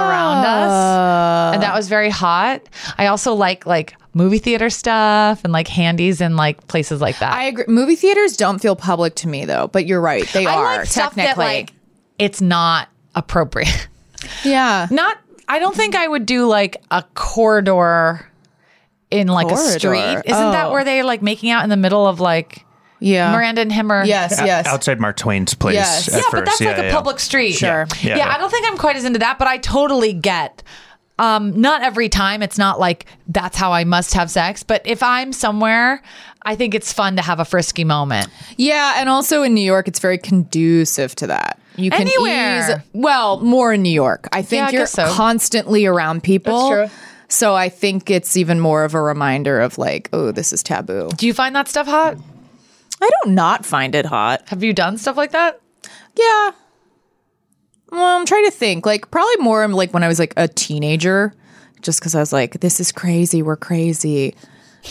around us, and that was very hot. I also like like movie theater stuff and like handies and like places like that.
I agree. Movie theaters don't feel public to me though, but you're right. They
I
are
like stuff
technically.
that like it's not appropriate.
yeah.
not I don't think I would do like a corridor in like a
Corridor.
street. Isn't that
Oh.
where they're like making out in the middle of like
yeah.
Miranda and him are
Yes, yes.
outside Mark Twain's place.
Yes.
at
Yeah, but
first.
that's
Yeah,
like a
yeah.
public street.
Sure.
Yeah.
Yeah, yeah.
I don't think I'm quite as into that, but I totally get. Um, not every time. It's not like that's how I must have sex. But if I'm somewhere, I think it's fun to have a frisky moment.
Yeah, and also in New York, it's very conducive to that. You can
Anywhere.
ease- well, more in New York. I think
Yeah, I
you're
guess so.
constantly around people.
That's true.
So I think it's even more of a reminder of like, oh, this is taboo.
Do you find that stuff hot?
I don't not find it hot.
Have you done stuff like that?
Yeah. Well, I'm trying to think. Like probably more like when I was like a teenager, just because I was like, this is crazy. We're crazy.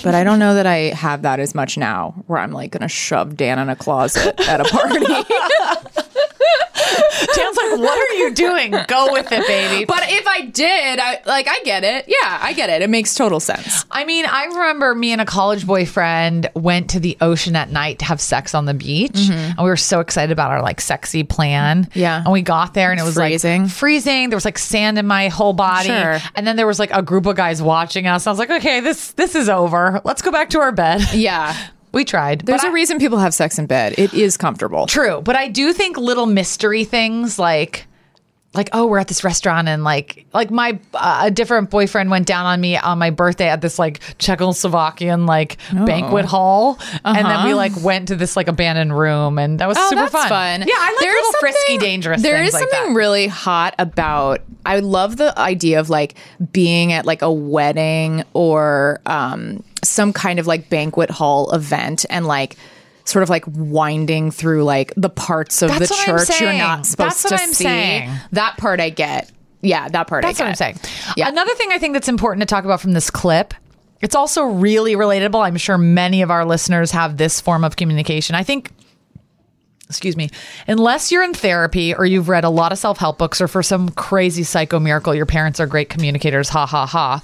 But I don't know that I have that as much now, where I'm like gonna shove Dan in a closet at a party.
Dan's like, what are you doing? Go with it, baby.
But if I did, I like I get it. Yeah, I get it. It makes total sense.
I mean, I remember me and a college boyfriend went to the ocean at night to have sex on the beach, and we were so excited about our like sexy plan.
Mm-hmm. Yeah.
and we got there and it was
Freezing.
like freezing. There was like sand in my whole body,
Sure.
and then there was like a group of guys watching us. I was like, okay, this this is over. Let's go back to our bed.
Yeah.
we tried.
There's
but
a
I-
reason people have sex in bed. It is comfortable.
True, but I do think little mystery things like like oh we're at this restaurant and like like my uh, a different boyfriend went down on me on my birthday at this like Czechoslovakian like
Oh.
banquet hall and then we
Uh-huh.
like went to this like abandoned room and that was
Oh,
super
that's
fun.
fun.
yeah I like
There is
little frisky
something-
dangerous
There
things
is
like
something
that.
really hot about. I love the idea of like being at like a wedding or um, some kind of like banquet hall event and like sort of like winding through like the parts of
That's
the
what I'm
church you're
saying.
not supposed
That's what
to
I'm
see.
saying.
That part I get. Yeah, that part
That's
I
what
get.
I'm saying. Another thing I think that's important to talk about from this clip. It's also really relatable. I'm sure many of our listeners have this form of communication. I think excuse me, unless you're in therapy or you've read a lot of self help books or for some crazy psycho miracle, your parents are great communicators, ha ha ha.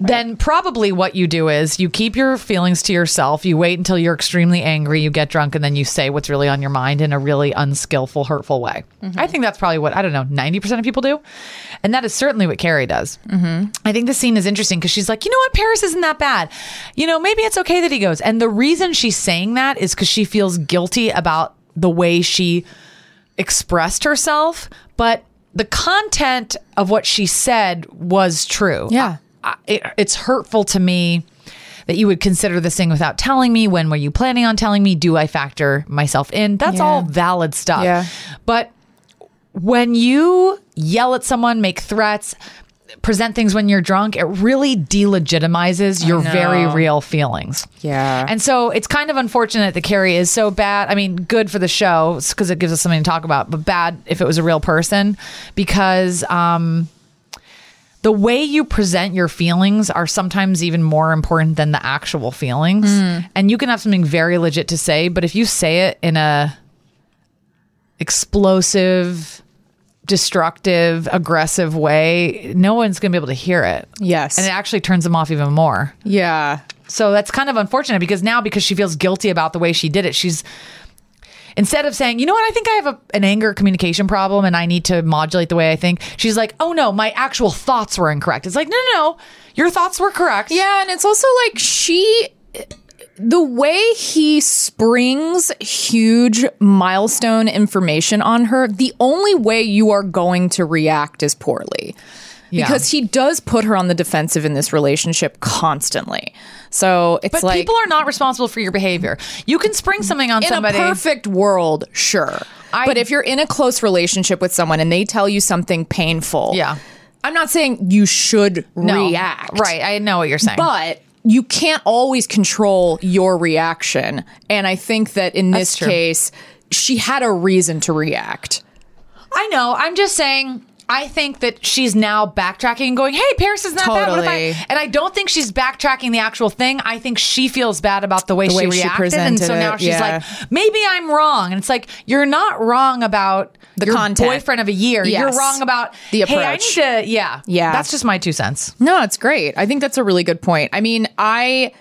Then probably what you do is you keep your feelings to yourself. You wait until you're extremely angry, you get drunk, and then you say what's really on your mind in a really unskillful, hurtful way. I think that's probably what, I don't know, 90% of people do. And that is certainly what Carrie does. I think the scene is interesting because she's like, you know what, Paris isn't that bad. You know, maybe it's okay that he goes. And the reason she's saying that is because she feels guilty about the way she expressed herself, but the content of what she said was true. Yeah. I, it, it's hurtful to me that you would consider this thing without telling me. When were you planning on telling me? Do I factor myself in? That's
Yeah.
all valid stuff.
Yeah.
But when you yell at someone, make threats, present things when you're drunk, it really delegitimizes your
know.
very real feelings.
Yeah.
And so it's kind of unfortunate that Carrie is so bad. I mean, good for the show because it gives us something to talk about, but bad if it was a real person because um, the way you present your feelings are sometimes even more important than the actual feelings.
Mm.
And you can have something very legit to say, but if you say it in a explosive, destructive, aggressive way, no one's going to be able to hear it.
Yes.
And it actually turns them off even more.
Yeah.
So that's kind of unfortunate because now, because she feels guilty about the way she did it, she's instead of saying, you know what, I think I have a, an anger communication problem and I need to modulate the way I think, she's like, oh no, my actual thoughts were incorrect. It's like, no, no, no, your thoughts were correct.
Yeah, and it's also like she the way he springs huge milestone information on her, the only way you are going to react is poorly.
Yeah.
Because he does put her on the defensive in this relationship constantly. So it's
But
like
people are not responsible for your behavior. You can spring something on
in
somebody.
a perfect world, sure. but if you're in a close relationship with someone and they tell you something painful, yeah. I'm not saying you should
No.
react.
Right, I know what you're saying.
But you can't always control your reaction. And I think that in this case, she had a reason to react.
I know. I'm just saying. I think that she's now backtracking and going, "Hey, Paris is not bad." What if
Totally.
I-" And I don't think she's backtracking the actual thing. I think she feels bad about the way,
The way
she
she
reacted, and
presented
so now
it,
she's
yeah.
like, "Maybe I'm wrong." And it's like you're not wrong about the your
content.
boyfriend of a year.
Yes.
You're wrong about
The
Hey, I
approach.
need to. Yeah,
Yeah.
That's just my two cents.
No, it's great. I think that's a really good point. I mean, I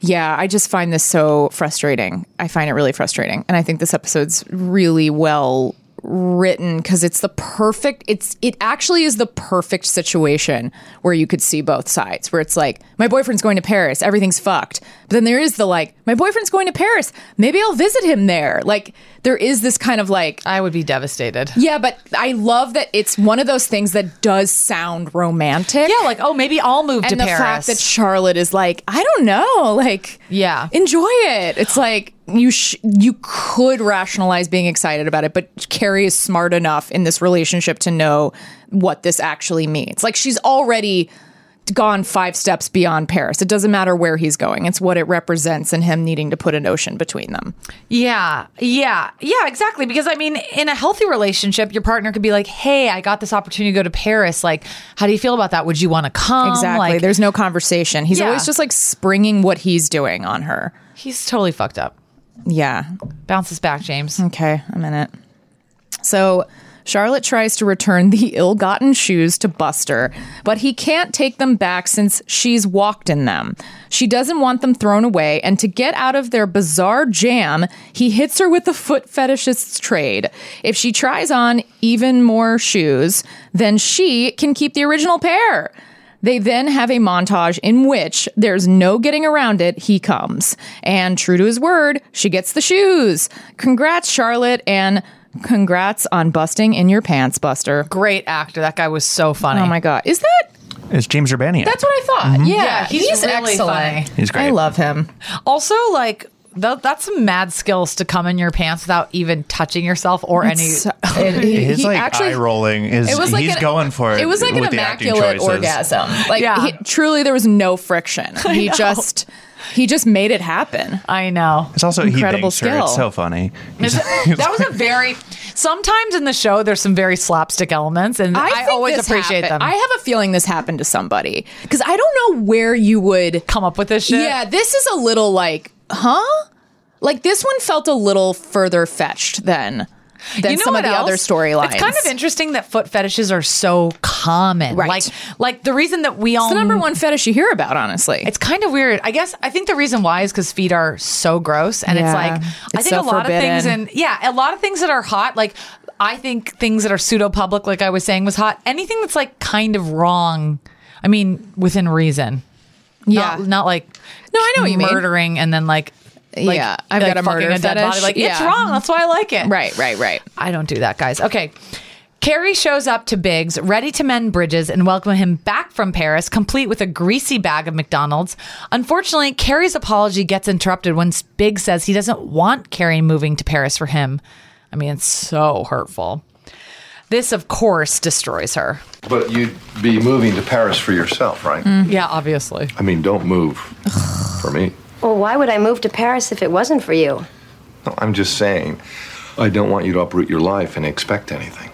yeah, I just find this so frustrating. I find it really frustrating. And I think this episode's really well written cuz it's the perfect it's it actually is the perfect situation where you could see both sides where it's like my boyfriend's going to Paris, everything's fucked. But then there is the like my boyfriend's going to Paris, maybe I'll visit him there. Like there is this kind of like
I would be devastated.
Yeah, but I love that it's one of those things that does sound romantic.
Yeah, like oh, maybe I'll move
and
to
the
Paris.
fact that Charlotte is like, I don't know, like,
yeah,
enjoy it. It's like you sh- you could rationalize being excited about it, but Carrie is smart enough in this relationship to know what this actually means. Like she's already gone five steps beyond Paris. It doesn't matter where he's going; it's what it represents and him needing to put an ocean between them.
Yeah, yeah, yeah, exactly. Because I mean, in a healthy relationship, your partner could be like, "Hey, I got this opportunity to go to Paris. Like, how do you feel about that? Would you want to come?"
exactly.
Like,
There's no conversation. He's
Yeah.
always just like springing what he's doing on her.
he's totally fucked up.
Yeah.
Bounces back, James.
Okay, I'm in it. So Charlotte tries to return the ill gotten shoes to Buster, but he can't take them back since she's walked in them. She doesn't want them thrown away, and to get out of their bizarre jam, he hits her with the foot fetishist's trade. If she tries on even more shoes, then she can keep the original pair. They then have a montage in which there's no getting around it. He comes. And true to his word, she gets the shoes. Congrats, Charlotte. And Congrats on busting in your pants, Buster.
Great actor. That guy was so funny.
Oh my god, is that?
It's James Urbaniak.
That's what I thought. Yeah, he's,
really
excellent.
funny.
He's great.
I love him.
Also, like th- that's some mad skills to come in your pants without even touching yourself or any.
And he-
His
he
like
actually-
eye rolling is
It was like
he's
an-
going for it.
It was like an
with the acting
immaculate
choices.
orgasm. Like
Yeah.
he, truly, there was no friction. He just he just made it happen.
I know.
It's also he
Incredible
thinks her. It's so
skill.
funny.
Is it- that was a very. Sometimes in the show, there's some very slapstick elements, and I,
think
always
this
appreciate
happened-
them.
I have a feeling this happened to somebody because I don't know where you would.
come up with this shit.
Yeah, this is a little like, huh? Like this one felt a little further fetched than than some of
what
the other
else?
storylines.
It's kind of interesting that foot fetishes are so common.
Right.
Like, like the reason that we all
It's the number one fetish you hear about, honestly.
It's kind of weird. I guess I think the reason why is because feet are so gross, and
Yeah.
it's like I
It's so
think a lot of things,
forbidden.
and yeah, a lot of things that are hot. Like I think things that are pseudo public, like I was saying, was hot. Anything that's like kind of wrong. I mean, within reason.
yeah.
Not, not like
No, I know what you mean.
murdering and then like. like-
Yeah, I've
like
got a
fucking
murder
dead
fetish.
body. Like it's
Yeah.
wrong. That's why I like it.
right, right, right.
I don't do that, guys. Okay. Carrie shows up to Biggs, ready to mend bridges and welcome him back from Paris, complete with a greasy bag of McDonald's. Unfortunately, Carrie's apology gets interrupted when Biggs says he doesn't want Carrie moving to Paris for him. I mean, it's so hurtful. This, of course, destroys her.
But you'd be moving to Paris for yourself, right?
Mm.
Yeah, obviously.
I mean, don't move for me.
Well, why would I move to Paris if it wasn't for you?
No, I'm just saying, I don't want you to uproot your life and expect anything.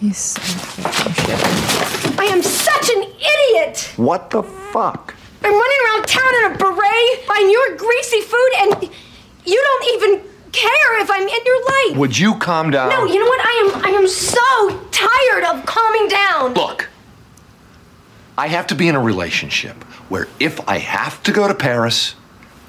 He's so fucking shit.
I am such an idiot!
What the fuck?
I'm running around town in a beret, buying your greasy food, and you don't even care if I'm in your light.
Would you uh, calm down?
No, you know what? I am I am so tired of calming down.
Look, I have to be in a relationship where if I have to go to Paris,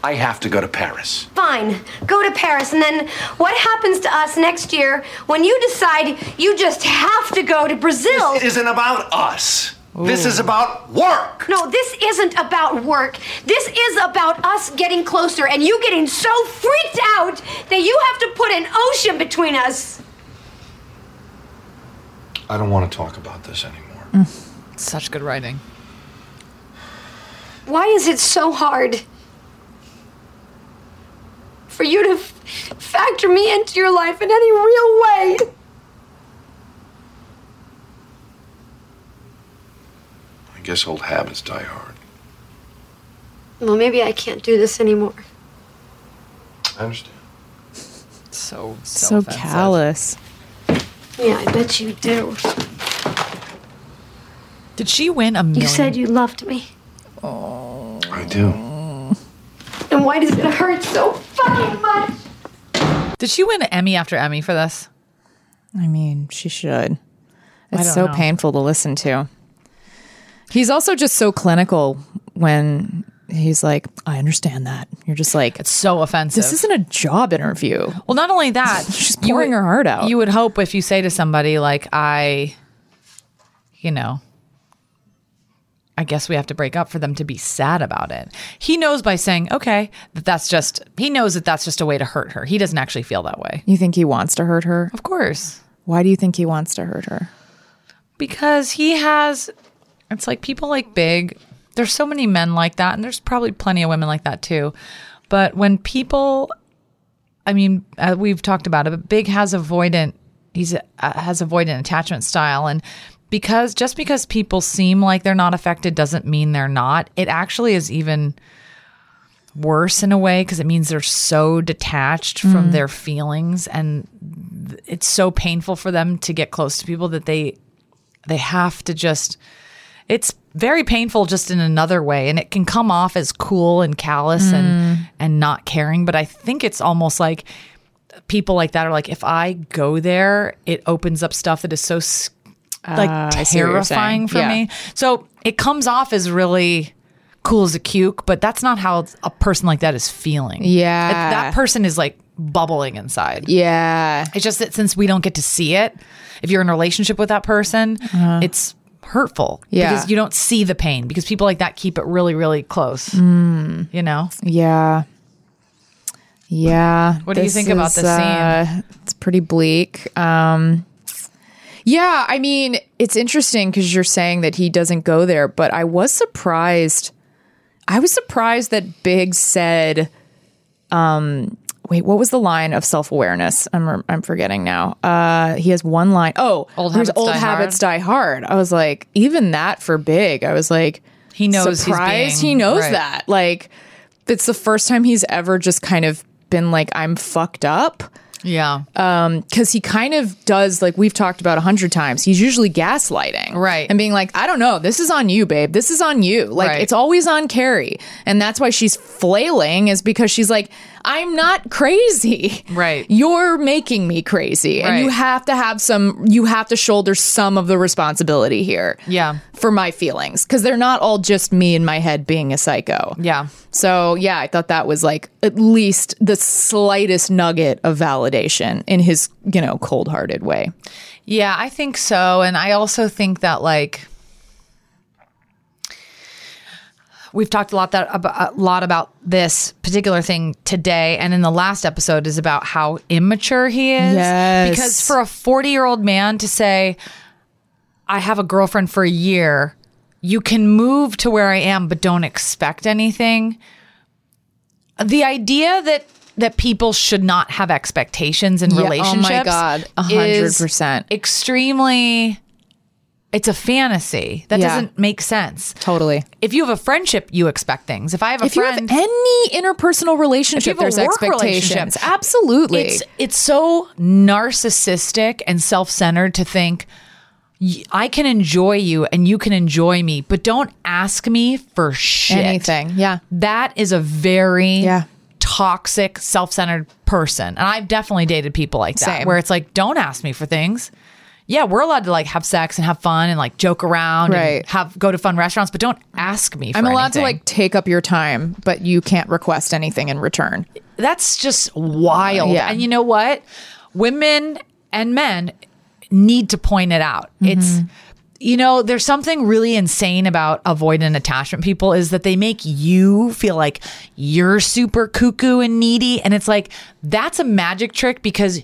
I have to go to Paris.
Fine, go to Paris, and then what happens to us next year when you decide you just have to go to Brazil?
This isn't about us. This is about work.
no, this isn't about work. This is about us getting closer and you getting so freaked out that you have to put an ocean between us.
I don't want to talk about this anymore.
Such good writing.
Why is it so hard for you to f- factor me into your life in any real way?
I guess old habits die hard.
Well, maybe I can't do this anymore.
I understand.
So,
So callous.
Yeah, I bet you do.
Did she win a million?
You said you loved me.
I do.
And why does it hurt so fucking much?
Did she win Emmy after Emmy for this?
I mean, she should. It's
don't
so
know.
painful to listen to. He's also just so clinical when he's like, I understand that. You're just like,
So offensive.
this isn't a job interview.
Well, not only that,
She's
you
pouring
would-
her heart out.
You would hope if you say to somebody like, "I," you know, I guess we have to break up for them to be sad about it. He knows by saying, "Okay," that that's just he knows that that's just a way to hurt her. He doesn't actually feel that way.
You think he wants to hurt her?
Of course,
Why do you think he wants to hurt her?
because he has. It's like people like Big. There's so many men like that, and there's probably plenty of women like that too. But when people, I mean, uh, we've talked about it, but Big has avoidant. He's uh, has avoidant attachment style, and because just because people seem like they're not affected doesn't mean they're not. It actually is even worse in a way because it means they're so detached
Mm.
from their feelings, and th- it's so painful for them to get close to people that they they have to just it's very painful just in another way and it can come off as cool and callous
Mm.
and and not caring but i think it's almost like people like that are like if i go there it opens up stuff that is so s- like
Ah, see what you're saying.
terrifying for
Yeah.
me so it comes off as really cool as a cuke but that's not how a person like that is feeling
Yeah.
It- that person is like bubbling inside
Yeah.
it's just that since we don't get to see it, if you're in a relationship with that person, it's hurtful
Uh-huh. Yeah.
because you don't see the pain because
Mm.
people like that keep it really, really close. You know?
Yeah. Yeah. uh,
What do you think about this scene?
it's pretty bleak. Um, yeah, I mean, it's interesting because you're saying that he doesn't go there, but I was surprised. I was surprised that Big said, um, wait, what was the line of self awareness? I'm, I'm forgetting now. Uh, he has one line. Oh,
Old
there's
habits
old
die
habits die hard. I was like, even that for Big, I was like,
He knows he's
surprised
being-
he knows
right.
that. Like, it's the first time he's ever just kind of been like, I'm fucked up.
Yeah.
Um, cause he kind of does like we've talked about a hundred times. He's usually gaslighting, right? And being like, I don't know, this is on you, babe. This is on you. Like
Right.
it's always on Carrie, and that's why she's flailing is because she's like, I'm not crazy, right? You're making me crazy, and you
Right.
have to have some. You have to shoulder some of the responsibility here
Yeah.
for my feelings because they're not all just me in my head being a psycho.
Yeah.
So, yeah, I thought that was like at least the slightest nugget of validation in his, you know, cold hearted way.
Yeah, I think so. And I also think that, like, we've talked a lot that about, a lot about this particular thing today and in the last episode is about how immature he is
Yes.
because for a 40-year-old man to say I have a girlfriend for a year you can move to where I am but don't expect anything the idea that that people should not have expectations in
Yeah, oh my
relationships
God, a hundred percent.
extremely it's a fantasy that
Yeah.
doesn't make sense
Totally.
if you have a friendship, you expect things. If I have a
If you have
friend,
any interpersonal relationship,
if you have
there's
a work
expectations.
relationship,
Absolutely.
It's it's so narcissistic and self centered to think y- I can enjoy you and you can enjoy me, but don't ask me for shit.
Anything. Yeah.
That is a very toxic, self centered person. And I've definitely dated people like that
Same.
where it's like, don't ask me for things. Yeah, we're allowed to like have sex and have fun and like joke around
Right.
and have go to fun restaurants, but don't ask me for
I'm allowed to
anything.
like take up your time, but you can't request anything in return.
That's just wild.
Yeah.
And you know what? Women and men need to point it out. It's you know, there's something really insane about avoidant attachment people is that they make you feel like you're super cuckoo and needy and it's like that's a magic trick because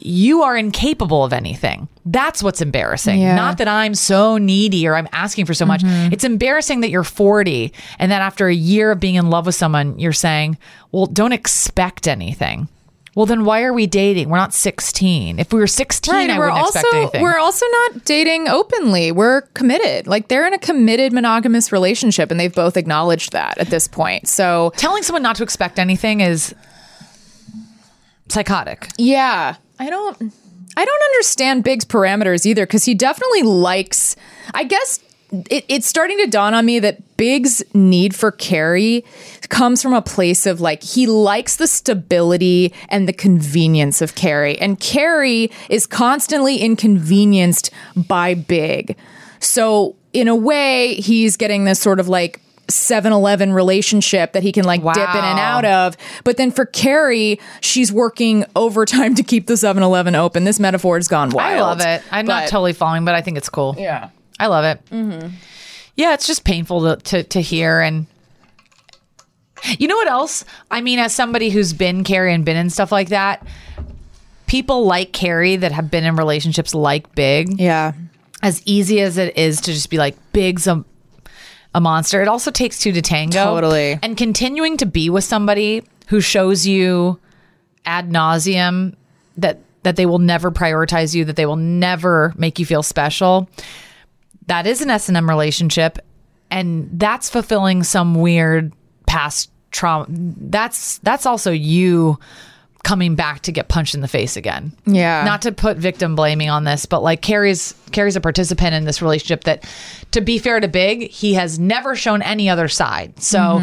you are incapable of anything. That's what's embarrassing.
Yeah. Mm-hmm.
Not that I'm so needy or I'm asking for so much. It's embarrassing that you're 40 and that after a year of being in love with someone, you're saying, well, don't expect anything. Well, then why are we dating? We're not 16. If we were 16, I
we're
wouldn't
also
expect anything.
we're also not dating openly. We're committed. Like they're in a committed monogamous relationship, and they've both acknowledged that at this point. So
telling someone not to expect anything is psychotic.
Yeah, I don't. I don't understand Big's parameters either because he definitely likes. I guess it, it's starting to dawn on me that Big's need for Carrie comes from a place of like he likes the stability and the convenience of Carrie, and Carrie is constantly inconvenienced by Big. So in a way, he's getting this sort of like 7-Eleven relationship that he can like dip in and out of. But then for Carrie, she's working overtime to keep the 7-Eleven open. This metaphor has gone wild.
I love it. I'm not
But-
totally following, but I think it's cool. Yeah. I love it. Yeah, it's just painful to, to, to hear. And you know what else? I mean, as somebody who's been Carrie and been in stuff like that, people like Carrie that have been in relationships like Big.
Yeah.
As easy as it is to just be like, Big's a, a monster, it also takes two to tango.
Totally.
And continuing to be with somebody who shows you ad nauseum that that they will never prioritize you, that they will never make you feel special. That is an S and M relationship, and that's fulfilling some weird past trauma. That's that's also you coming back to get punched in the face again.
Yeah.
Not to put victim blaming on this, but like Carrie's Carrie's a participant in this relationship that to be fair to Big, he has never shown any other side. So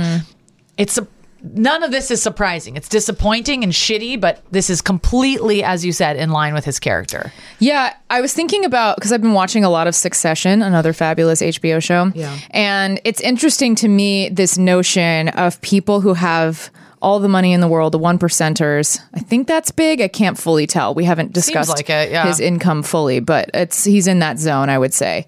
it's a none of this is surprising. It's disappointing and shitty, but this is completely, as you said, in line with his character.
Yeah, I was thinking about because I've been watching a lot of Succession, another fabulous HBO show. Yeah. And it's interesting to me this notion of people who have all the money in the world, the one percenters. I think that's big. I can't fully tell. We haven't discussed
like it, yeah.
his income fully, but it's he's in that zone, I would say.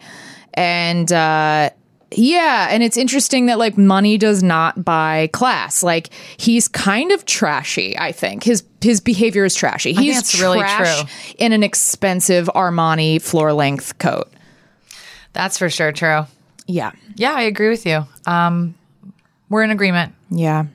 And uh Yeah, and it's interesting that like money does not buy class. Like he's kind of trashy, I think. His his behavior is trashy.
I think
He's
that's really
trash
true.
in an expensive Armani floor length coat.
That's for sure true.
Yeah.
Yeah, I agree with you. Um, we're in agreement.
Yeah.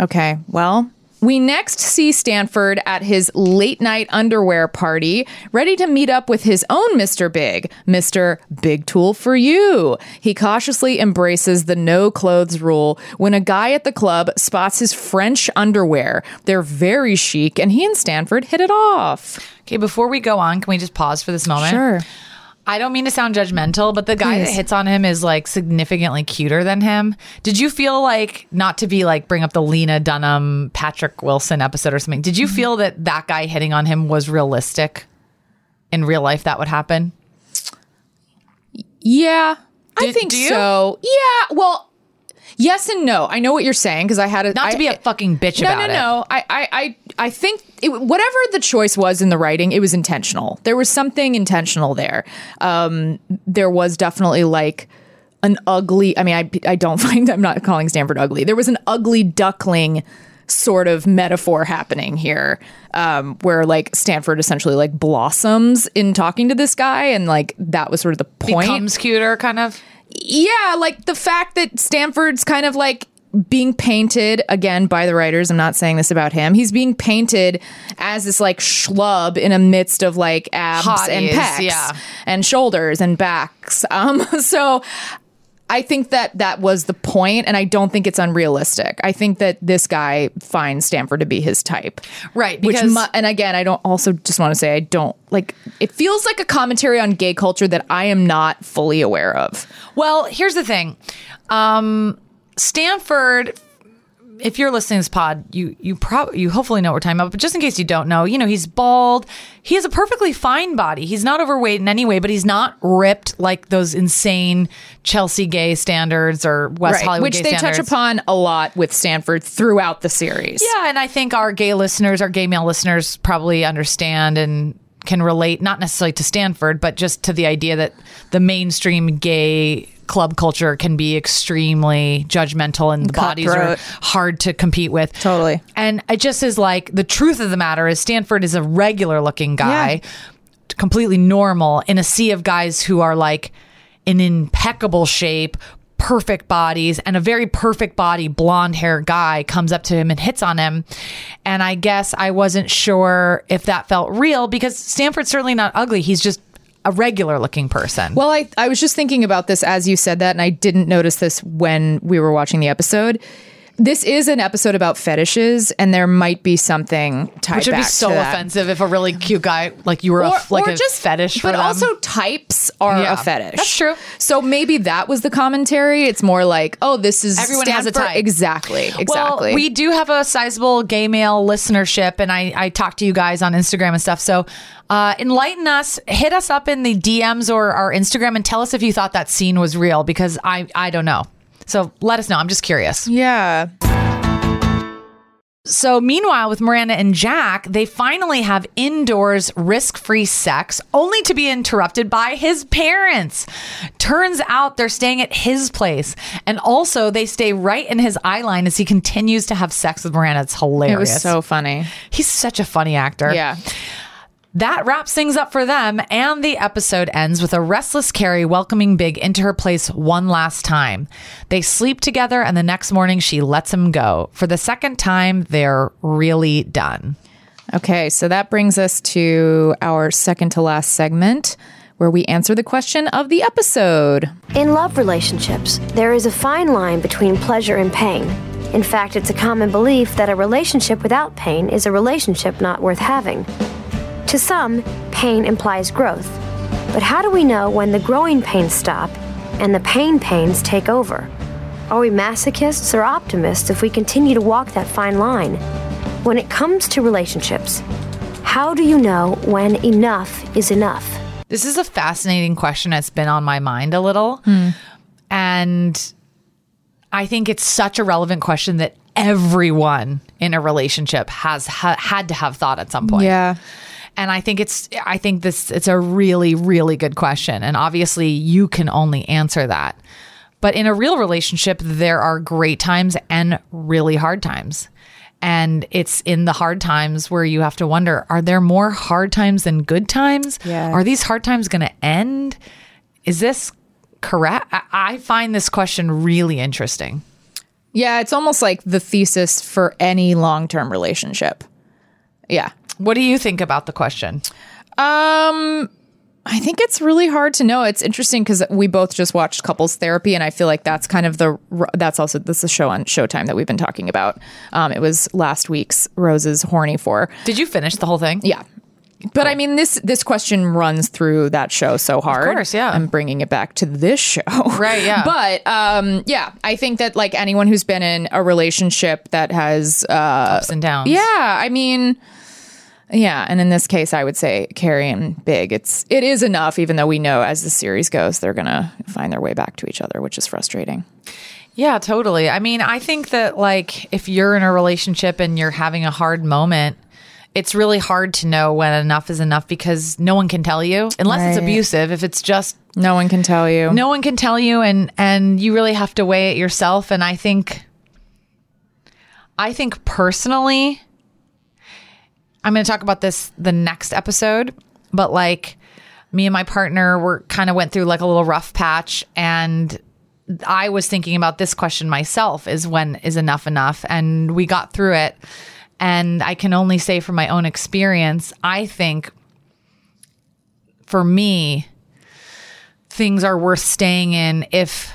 Okay. Well, we next see Stanford at his late night underwear party, ready to meet up with his own Mr. Big, Mr. Big Tool for You. He cautiously embraces the no clothes rule when a guy at the club spots his French underwear. They're very chic, and he and Stanford hit it off.
Okay, before we go on, can we just pause for this moment?
Sure.
I don't mean to sound judgmental, but the guy that
Please.
hits on him is like significantly cuter than him. Did you feel like not to be like bring up the Lena Dunham Patrick Wilson episode or something? Did
Mm-hmm.
you feel that that guy hitting on him was realistic? In real life, that would happen.
Yeah, I
Do-
think
do you?
so. Yeah, well, yes and no. I know what you're saying because I had a
Not to
I-
be a fucking bitch
no,
about
no,
it.
no. I, I, I, I think it, whatever the choice was in the writing, it was intentional. There was something intentional there. Um, there was definitely like an ugly. I mean, I, I don't find I'm not calling Stanford ugly. There was an ugly duckling sort of metaphor happening here, um, where like Stanford essentially like blossoms in talking to this guy, and like that was sort of the point.
Becomes cuter, kind of.
Yeah, like the fact that Stanford's kind of like being painted again by the writers. I'm not saying this about him. He's being painted as this like schlub in a midst of like abs and
Hotties,
pecs
yeah.
and shoulders and backs. Um, so I think that that was the point, and I don't think it's unrealistic. I think that this guy finds Stanford to be his type,
Right,
Which,
because-
mu- and again, I don't. Also, just want to say, I don't like. It feels like a commentary on gay culture that I am not fully aware of.
Well, here's the thing. Um, Stanford, if you're listening to this pod, you you probably you hopefully know what we're talking about, but just in case you don't know, you know, he's bald. He has a perfectly fine body. He's not overweight in any way, but he's not ripped like those insane Chelsea gay standards or West
Right,
Hollywood
which
gay
they
standards.
touch upon a lot with Stanford throughout the series.
Yeah, and I think our gay listeners, our gay male listeners, probably understand and can relate, not necessarily to Stanford, but just to the idea that the mainstream gay club culture can be extremely judgmental and the bodies are
Cutthroat.
hard to compete with.
Totally.
And it just is like the truth of the matter is Stanford is a regular looking guy, completely normal in a sea of guys who are like in impeccable shape, perfect bodies, and a very perfect body blonde hair guy comes up to him and hits on him. And I guess I wasn't sure if that felt real because Stanford's certainly not ugly. He's just a regular looking person.
Well, I, I was just thinking about this as you said that, and I didn't notice this when we were watching the episode. This is an episode about fetishes, and there might be something tied
Which would be
back to
so
that.
offensive if a really cute guy like you were a,
Or-
f- like
or
a
just-
fetish for
but
them.
also types are
Yeah,
a fetish.
that's true.
So maybe that was the commentary. It's more like, oh, this is
Everyone has a
Stanford-
type.
Exactly, exactly.
Well, we do have a sizable gay male listenership, and I, I talk to you guys on Instagram and stuff. So uh, enlighten us, hit us up in the DMs or our Instagram, and tell us if you thought that scene was real because I, I don't know. So let us know. I'm just curious.
Yeah.
So, meanwhile, with Miranda and Jack, they finally have indoors risk free sex, only to be interrupted by his parents. Turns out they're staying at his place. And also, they stay right in his eye line as he continues to have sex with Miranda. It's hilarious.
it was so funny.
He's such a funny actor.
Yeah.
That wraps things up for them, and the episode ends with a restless Carrie welcoming Big into her place one last time. They sleep together, and the next morning she lets him go. For the second time, they're really done.
Okay, so that brings us to our second to last segment where we answer the question of the episode.
In love relationships, there is a fine line between pleasure and pain. In fact, it's a common belief that a relationship without pain is a relationship not worth having. To some, pain implies growth. But how do we know when the growing pains stop and the pain pains take over? Are we masochists or optimists if we continue to walk that fine line? When it comes to relationships, how do you know when enough is enough?
This is a fascinating question that's been on my mind a little.
Hmm.
And I think it's such a relevant question that everyone in a relationship has ha- had to have thought at some point.
Yeah.
And I think it's I think this it's a really really good question and obviously you can only answer that. But in a real relationship, there are great times and really hard times. And it's in the hard times where you have to wonder are there more hard times than good times?
Yes.
Are these hard times going to end? Is this correct? I-, I find this question really interesting.
Yeah, it's almost like the thesis for any long term relationship. Yeah.
What do you think about the question?
Um, I think it's really hard to know. It's interesting because we both just watched couples therapy, and I feel like that's kind of the that's also this is a show on Showtime that we've been talking about. Um, it was last week's Rose's horny for.
Did you finish the whole thing?
Yeah, but I mean this this question runs through that show so hard. Of course, yeah. I'm bringing it back to this show.
Right, yeah.
But um yeah, I think that like anyone who's been in a relationship that has uh ups
and downs.
Yeah, I mean yeah, and in this case I would say Carrie and Big, it's it is enough even though we know as the series goes they're going to find their way back to each other, which is frustrating.
Yeah, totally. I mean, I think that like if you're in a relationship and you're having a hard moment, it's really hard to know when enough is enough because no one can tell you unless it's
Right.
abusive. If it's just
No one can tell you.
no one can tell you and and you really have to weigh it yourself and I think I think personally I'm going to talk about this the next episode, but like me and my partner were kind of went through like a little rough patch and I was thinking about this question myself is when is enough enough and we got through it and I can only say from my own experience I think for me things are worth staying in if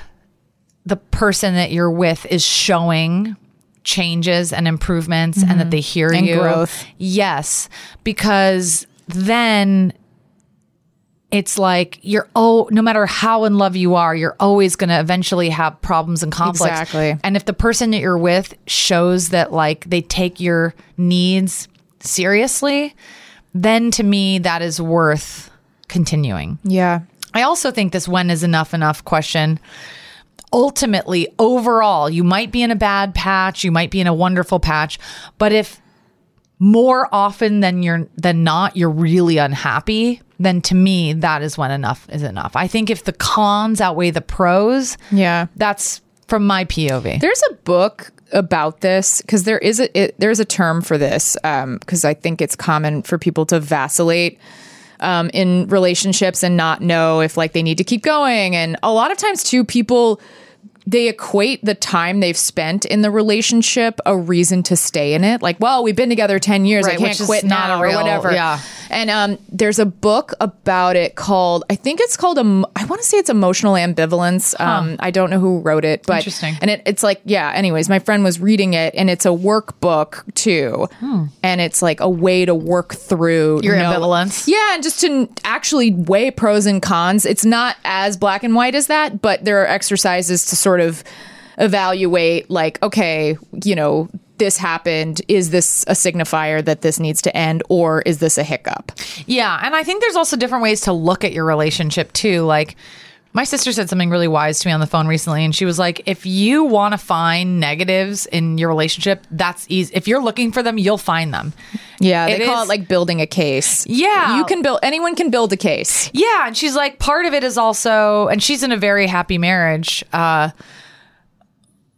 the person that you're with is showing changes and improvements and that they hear
Mm-hmm. And
you.
growth.
Yes, because then it's like you're oh no matter how in love you are, you're always going to eventually have problems and conflicts.
Exactly.
And if the person that you're with shows that like they take your needs seriously, then to me that is worth continuing.
Yeah.
I also think this when is enough enough question. Ultimately, overall, you might be in a bad patch, you might be in a wonderful patch, but if more often than you're than not you're really unhappy, then to me that is when enough is enough. I think if the cons outweigh the pros,
yeah.
That's from my POV.
There's a book about this because there is a it, there's a term for this because I think it's common for people to vacillate um, in relationships and not know if like they need to keep going, and a lot of times too people they equate the time they've spent in the relationship a reason to stay in it. Like, well, we've been together ten years,
Right,
I can't
which is
quit
not
now
a real-
or whatever.
yeah.
And um, there's a book about it called I think it's called um, I want to say it's emotional ambivalence. Um, I don't know who wrote it, but
Interesting.
And it, it's like yeah. Anyways, my friend was reading it, and it's a workbook too, and it's like a way to work through
Your
no-
ambivalence.
Yeah, and just to n- actually weigh pros and cons. It's not as black and white as that, but there are exercises to sort of evaluate like okay you know this happened is this a signifier that this needs to end or is this a hiccup
Yeah, and I think there's also different ways to look at your relationship too. Like my sister said something really wise to me on the phone recently and she was like, "If you want to find negatives in your relationship, that's easy. If you're looking for them, you'll find them."
Yeah, they
It
call
is-
it like building a case.
Yeah.
You can build anyone can build a case.
Yeah, and she's like, part of it is also, and she's in a very happy marriage. Uh,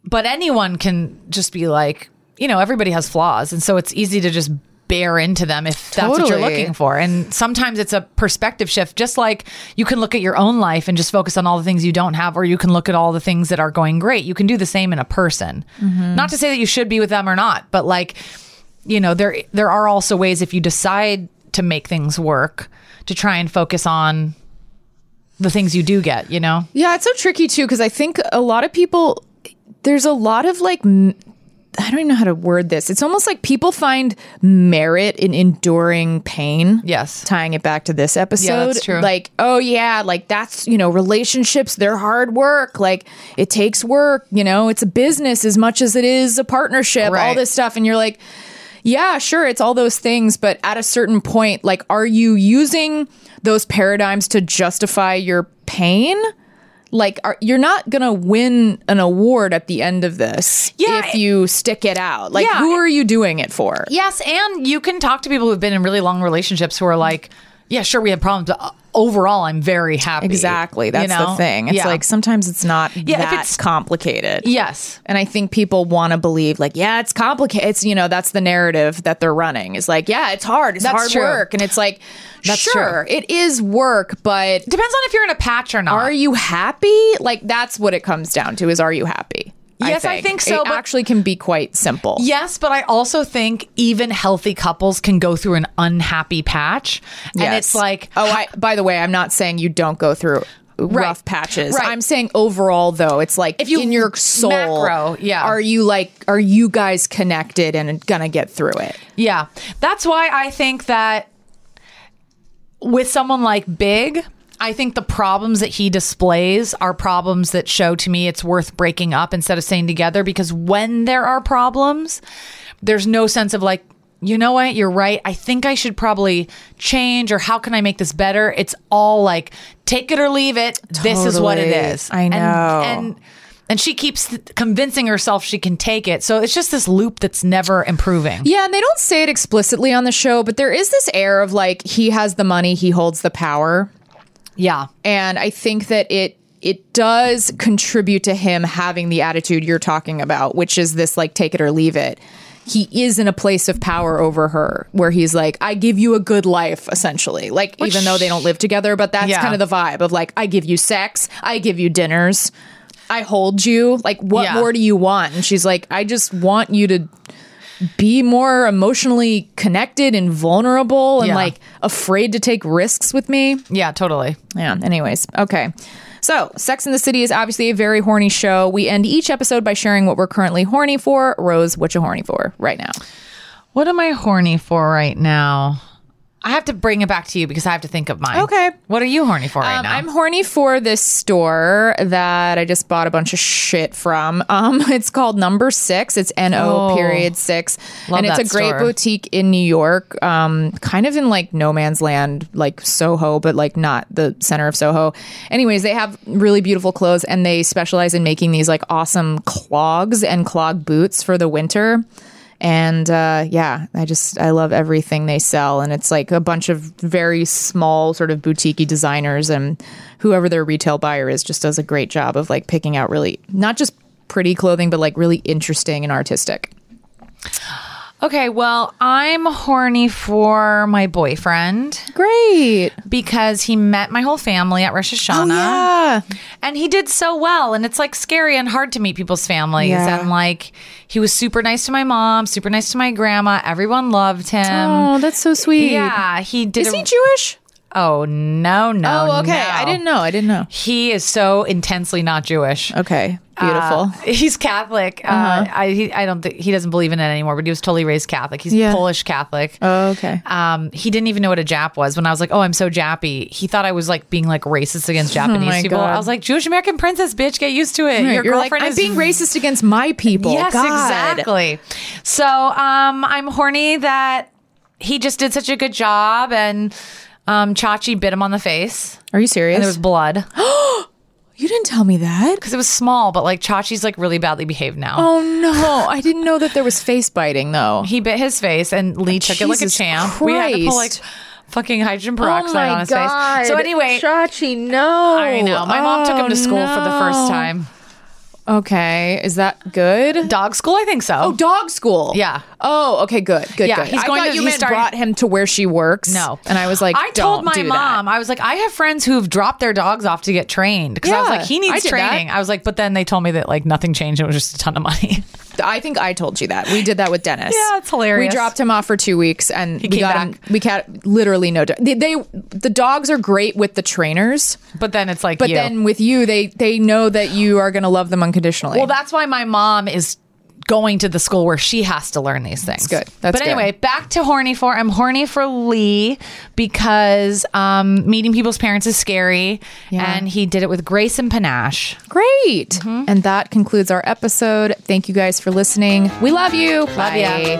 but anyone can just be like, you know, everybody has flaws, and so it's easy to just bear into them if that's what you're
Totally.
looking for. And sometimes it's a perspective shift, just like you can look at your own life and just focus on all the things you don't have, or you can look at all the things that are going great. You can do the same in a person.
Mhm.
Not to say that you should be with them or not, but like, you know, there there are also ways if you decide to make things work to try and focus on the things you do get, you know?
Yeah, it's so tricky too because I think a lot of people there's a lot of like m- I don't even know how to word this. It's almost like people find merit in enduring pain.
Yes.
Tying it back to this episode.
true.
Like, oh yeah, like that's, you know, relationships, they're hard work. Like it takes work, you know, it's a business as much as it is a partnership, all
Right.
this stuff. And you're like, yeah, sure, it's all those things, but at a certain point, like, are you using those paradigms to justify your pain? Like, are, you're not gonna win an award at the end of this if you stick it out. Like,
Yeah.
who are you doing it for?
Yes, and you can talk to people who've been in really long relationships who are like, Yeah, sure, we have problems, but uh, overall, I'm very happy.
Exactly. That's
you know?
the thing. It's
Yeah.
like sometimes it's not
Yeah, if
that
it's-
complicated.
Yes.
And I think people want to believe like, yeah, it's complicated. It's, you know, that's the narrative that they're running. Is like, yeah, it's hard. It's
That's
hard
true.
work. And it's like,
That's
sure, it is work, but
depends on if you're in a patch or not.
Are you happy? Like that's what it comes down to is are you happy?
Yes, I think so,
It
but-
actually can be quite simple.
Yes, but I also think even healthy couples can go through an unhappy patch. And
Yes.
it's like,
oh, I, by the way, I'm not saying you don't go through rough patches.
Right.
I'm saying overall, though, it's like if you in your soul,
macro, yeah.
Are you like, are you guys connected and gonna get through it?
Yeah. That's why I think that with someone like Big, I think the problems that he displays are problems that show to me it's worth breaking up instead of staying together because when there are problems, there's no sense of like, you know what, you're right. I think I should probably change or how can I make this better? It's all like take it or leave it. This is what it
Totally.
is.
I
And-
know.
and and she keeps th- convincing herself she can take it. So it's just this loop that's never improving.
Yeah, and they don't say it explicitly on the show, but there is this air of like he has the money, he holds the power.
Yeah.
And I think that it it does contribute to him having the attitude you're talking about, which is this like take it or leave it. He is in a place of power over her where he's like, I give you a good life, essentially. Like,
Which-
even though they don't live together, but that's
Yeah.
kind of the vibe of like, I give you sex, I give you dinners, I hold you. Like, what
Yeah.
more do you want? And she's like, I just want you to be more emotionally connected and vulnerable and
Yeah.
like afraid to take risks with me.
Yeah, totally.
Yeah. Anyways, okay. So, Sex in the City is obviously a very horny show. We end each episode by sharing what we're currently horny for. Rose, what you horny for right now?
What am I horny for right now? I have to bring it back to you because I have to think of mine. Okay. Um, What are you horny for right now?
I'm horny for this store that I just bought a bunch of shit from. Um, it's called Number Six. It's N O
Oh.
period six,
Love
and it's
that
a great
store.
boutique in New York. Um, kind of in like no man's land, like Soho, but like not the center of Soho. Anyways, they have really beautiful clothes, and they specialize in making these like awesome clogs and clog boots for the winter. And uh, yeah, I just I love everything they sell, and it's like a bunch of very small sort of boutique designers, and whoever their retail buyer is just does a great job of like picking out really not just pretty clothing, but like really interesting and artistic.
okay, well, I'm horny for my boyfriend.
Great.
Because he met my whole family at Rosh
Oh,
Hashanah. And he did so well. And it's like scary and hard to meet people's families.
Yeah.
And like, he was super nice to my mom, super nice to my grandma. Everyone loved him.
oh, that's so sweet.
Yeah, he did.
Is
a-
he Jewish?
Oh no, no.
Oh, okay. I didn't know. I didn't know.
He is so intensely not Jewish.
Okay, beautiful.
Uh, he's Catholic. uh
Uh-huh.
I he, I don't think he doesn't believe in it anymore. But he was totally raised Catholic. He's
Yeah.
Polish Catholic.
Oh, okay.
Um, he didn't even know what a Jap was. When I was like, "Oh, I'm so Jappy," he thought I was like being like racist against Japanese
Oh my
people. I
God.
was like, "Jewish American princess, bitch, get used to it."
Right,
Your
you're like,
girlfriend
I'm
is
being racist against my people.
Yes,
God.
exactly. So um, I'm horny that he just did such a good job, and um, Chachi bit him on the face.
Are you serious?
And there was blood.
you didn't tell me that.
Because it was small, but like Chachi's like really badly behaved now.
Oh no, I didn't know that there was face biting though.
He bit his face and Lee took it like a
Jesus
champ. We had to pull like
Christ.
fucking hydrogen peroxide on his face. So anyway,
Oh Chachi, no. Oh.
I know. My mom took him to school for the first time.
Okay, is that good?
Dog school, I think so.
Oh, dog school.
Yeah.
Oh, okay, good, good,
Yeah,
good.
he's
I
going
thought
to-
you
he
meant
started-
brought him to where she works.
No.
and I was like,
I told
"Don't
my
do that."
mom, I was like, I have friends who've dropped their dogs off to get trained because I was
Yeah,
like, he
I
needs
did that.
training. I was like, but then they told me that like nothing changed. It was just a ton of money.
I think I told you that. We did that with Dennis.
Yeah, it's
We
hilarious.
dropped him off for two weeks, and we
came
got
back.
him. We got literally no. do- They, they the dogs are great with the trainers,
But then it's like,
but
you.
then with you, they they know that you are going to love them unconditionally.
Well, that's why my mom is going to the school where she has to learn these things.
good. That's
but anyway,
good.
back to horny for. I'm horny for Lee because um, meeting people's parents is scary, and he did it with grace and panache.
great.
Mm-hmm.
And that concludes our episode. Thank you guys for listening. We love you. Love Bye.
ya.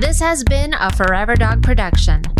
This has been a Forever Dog production.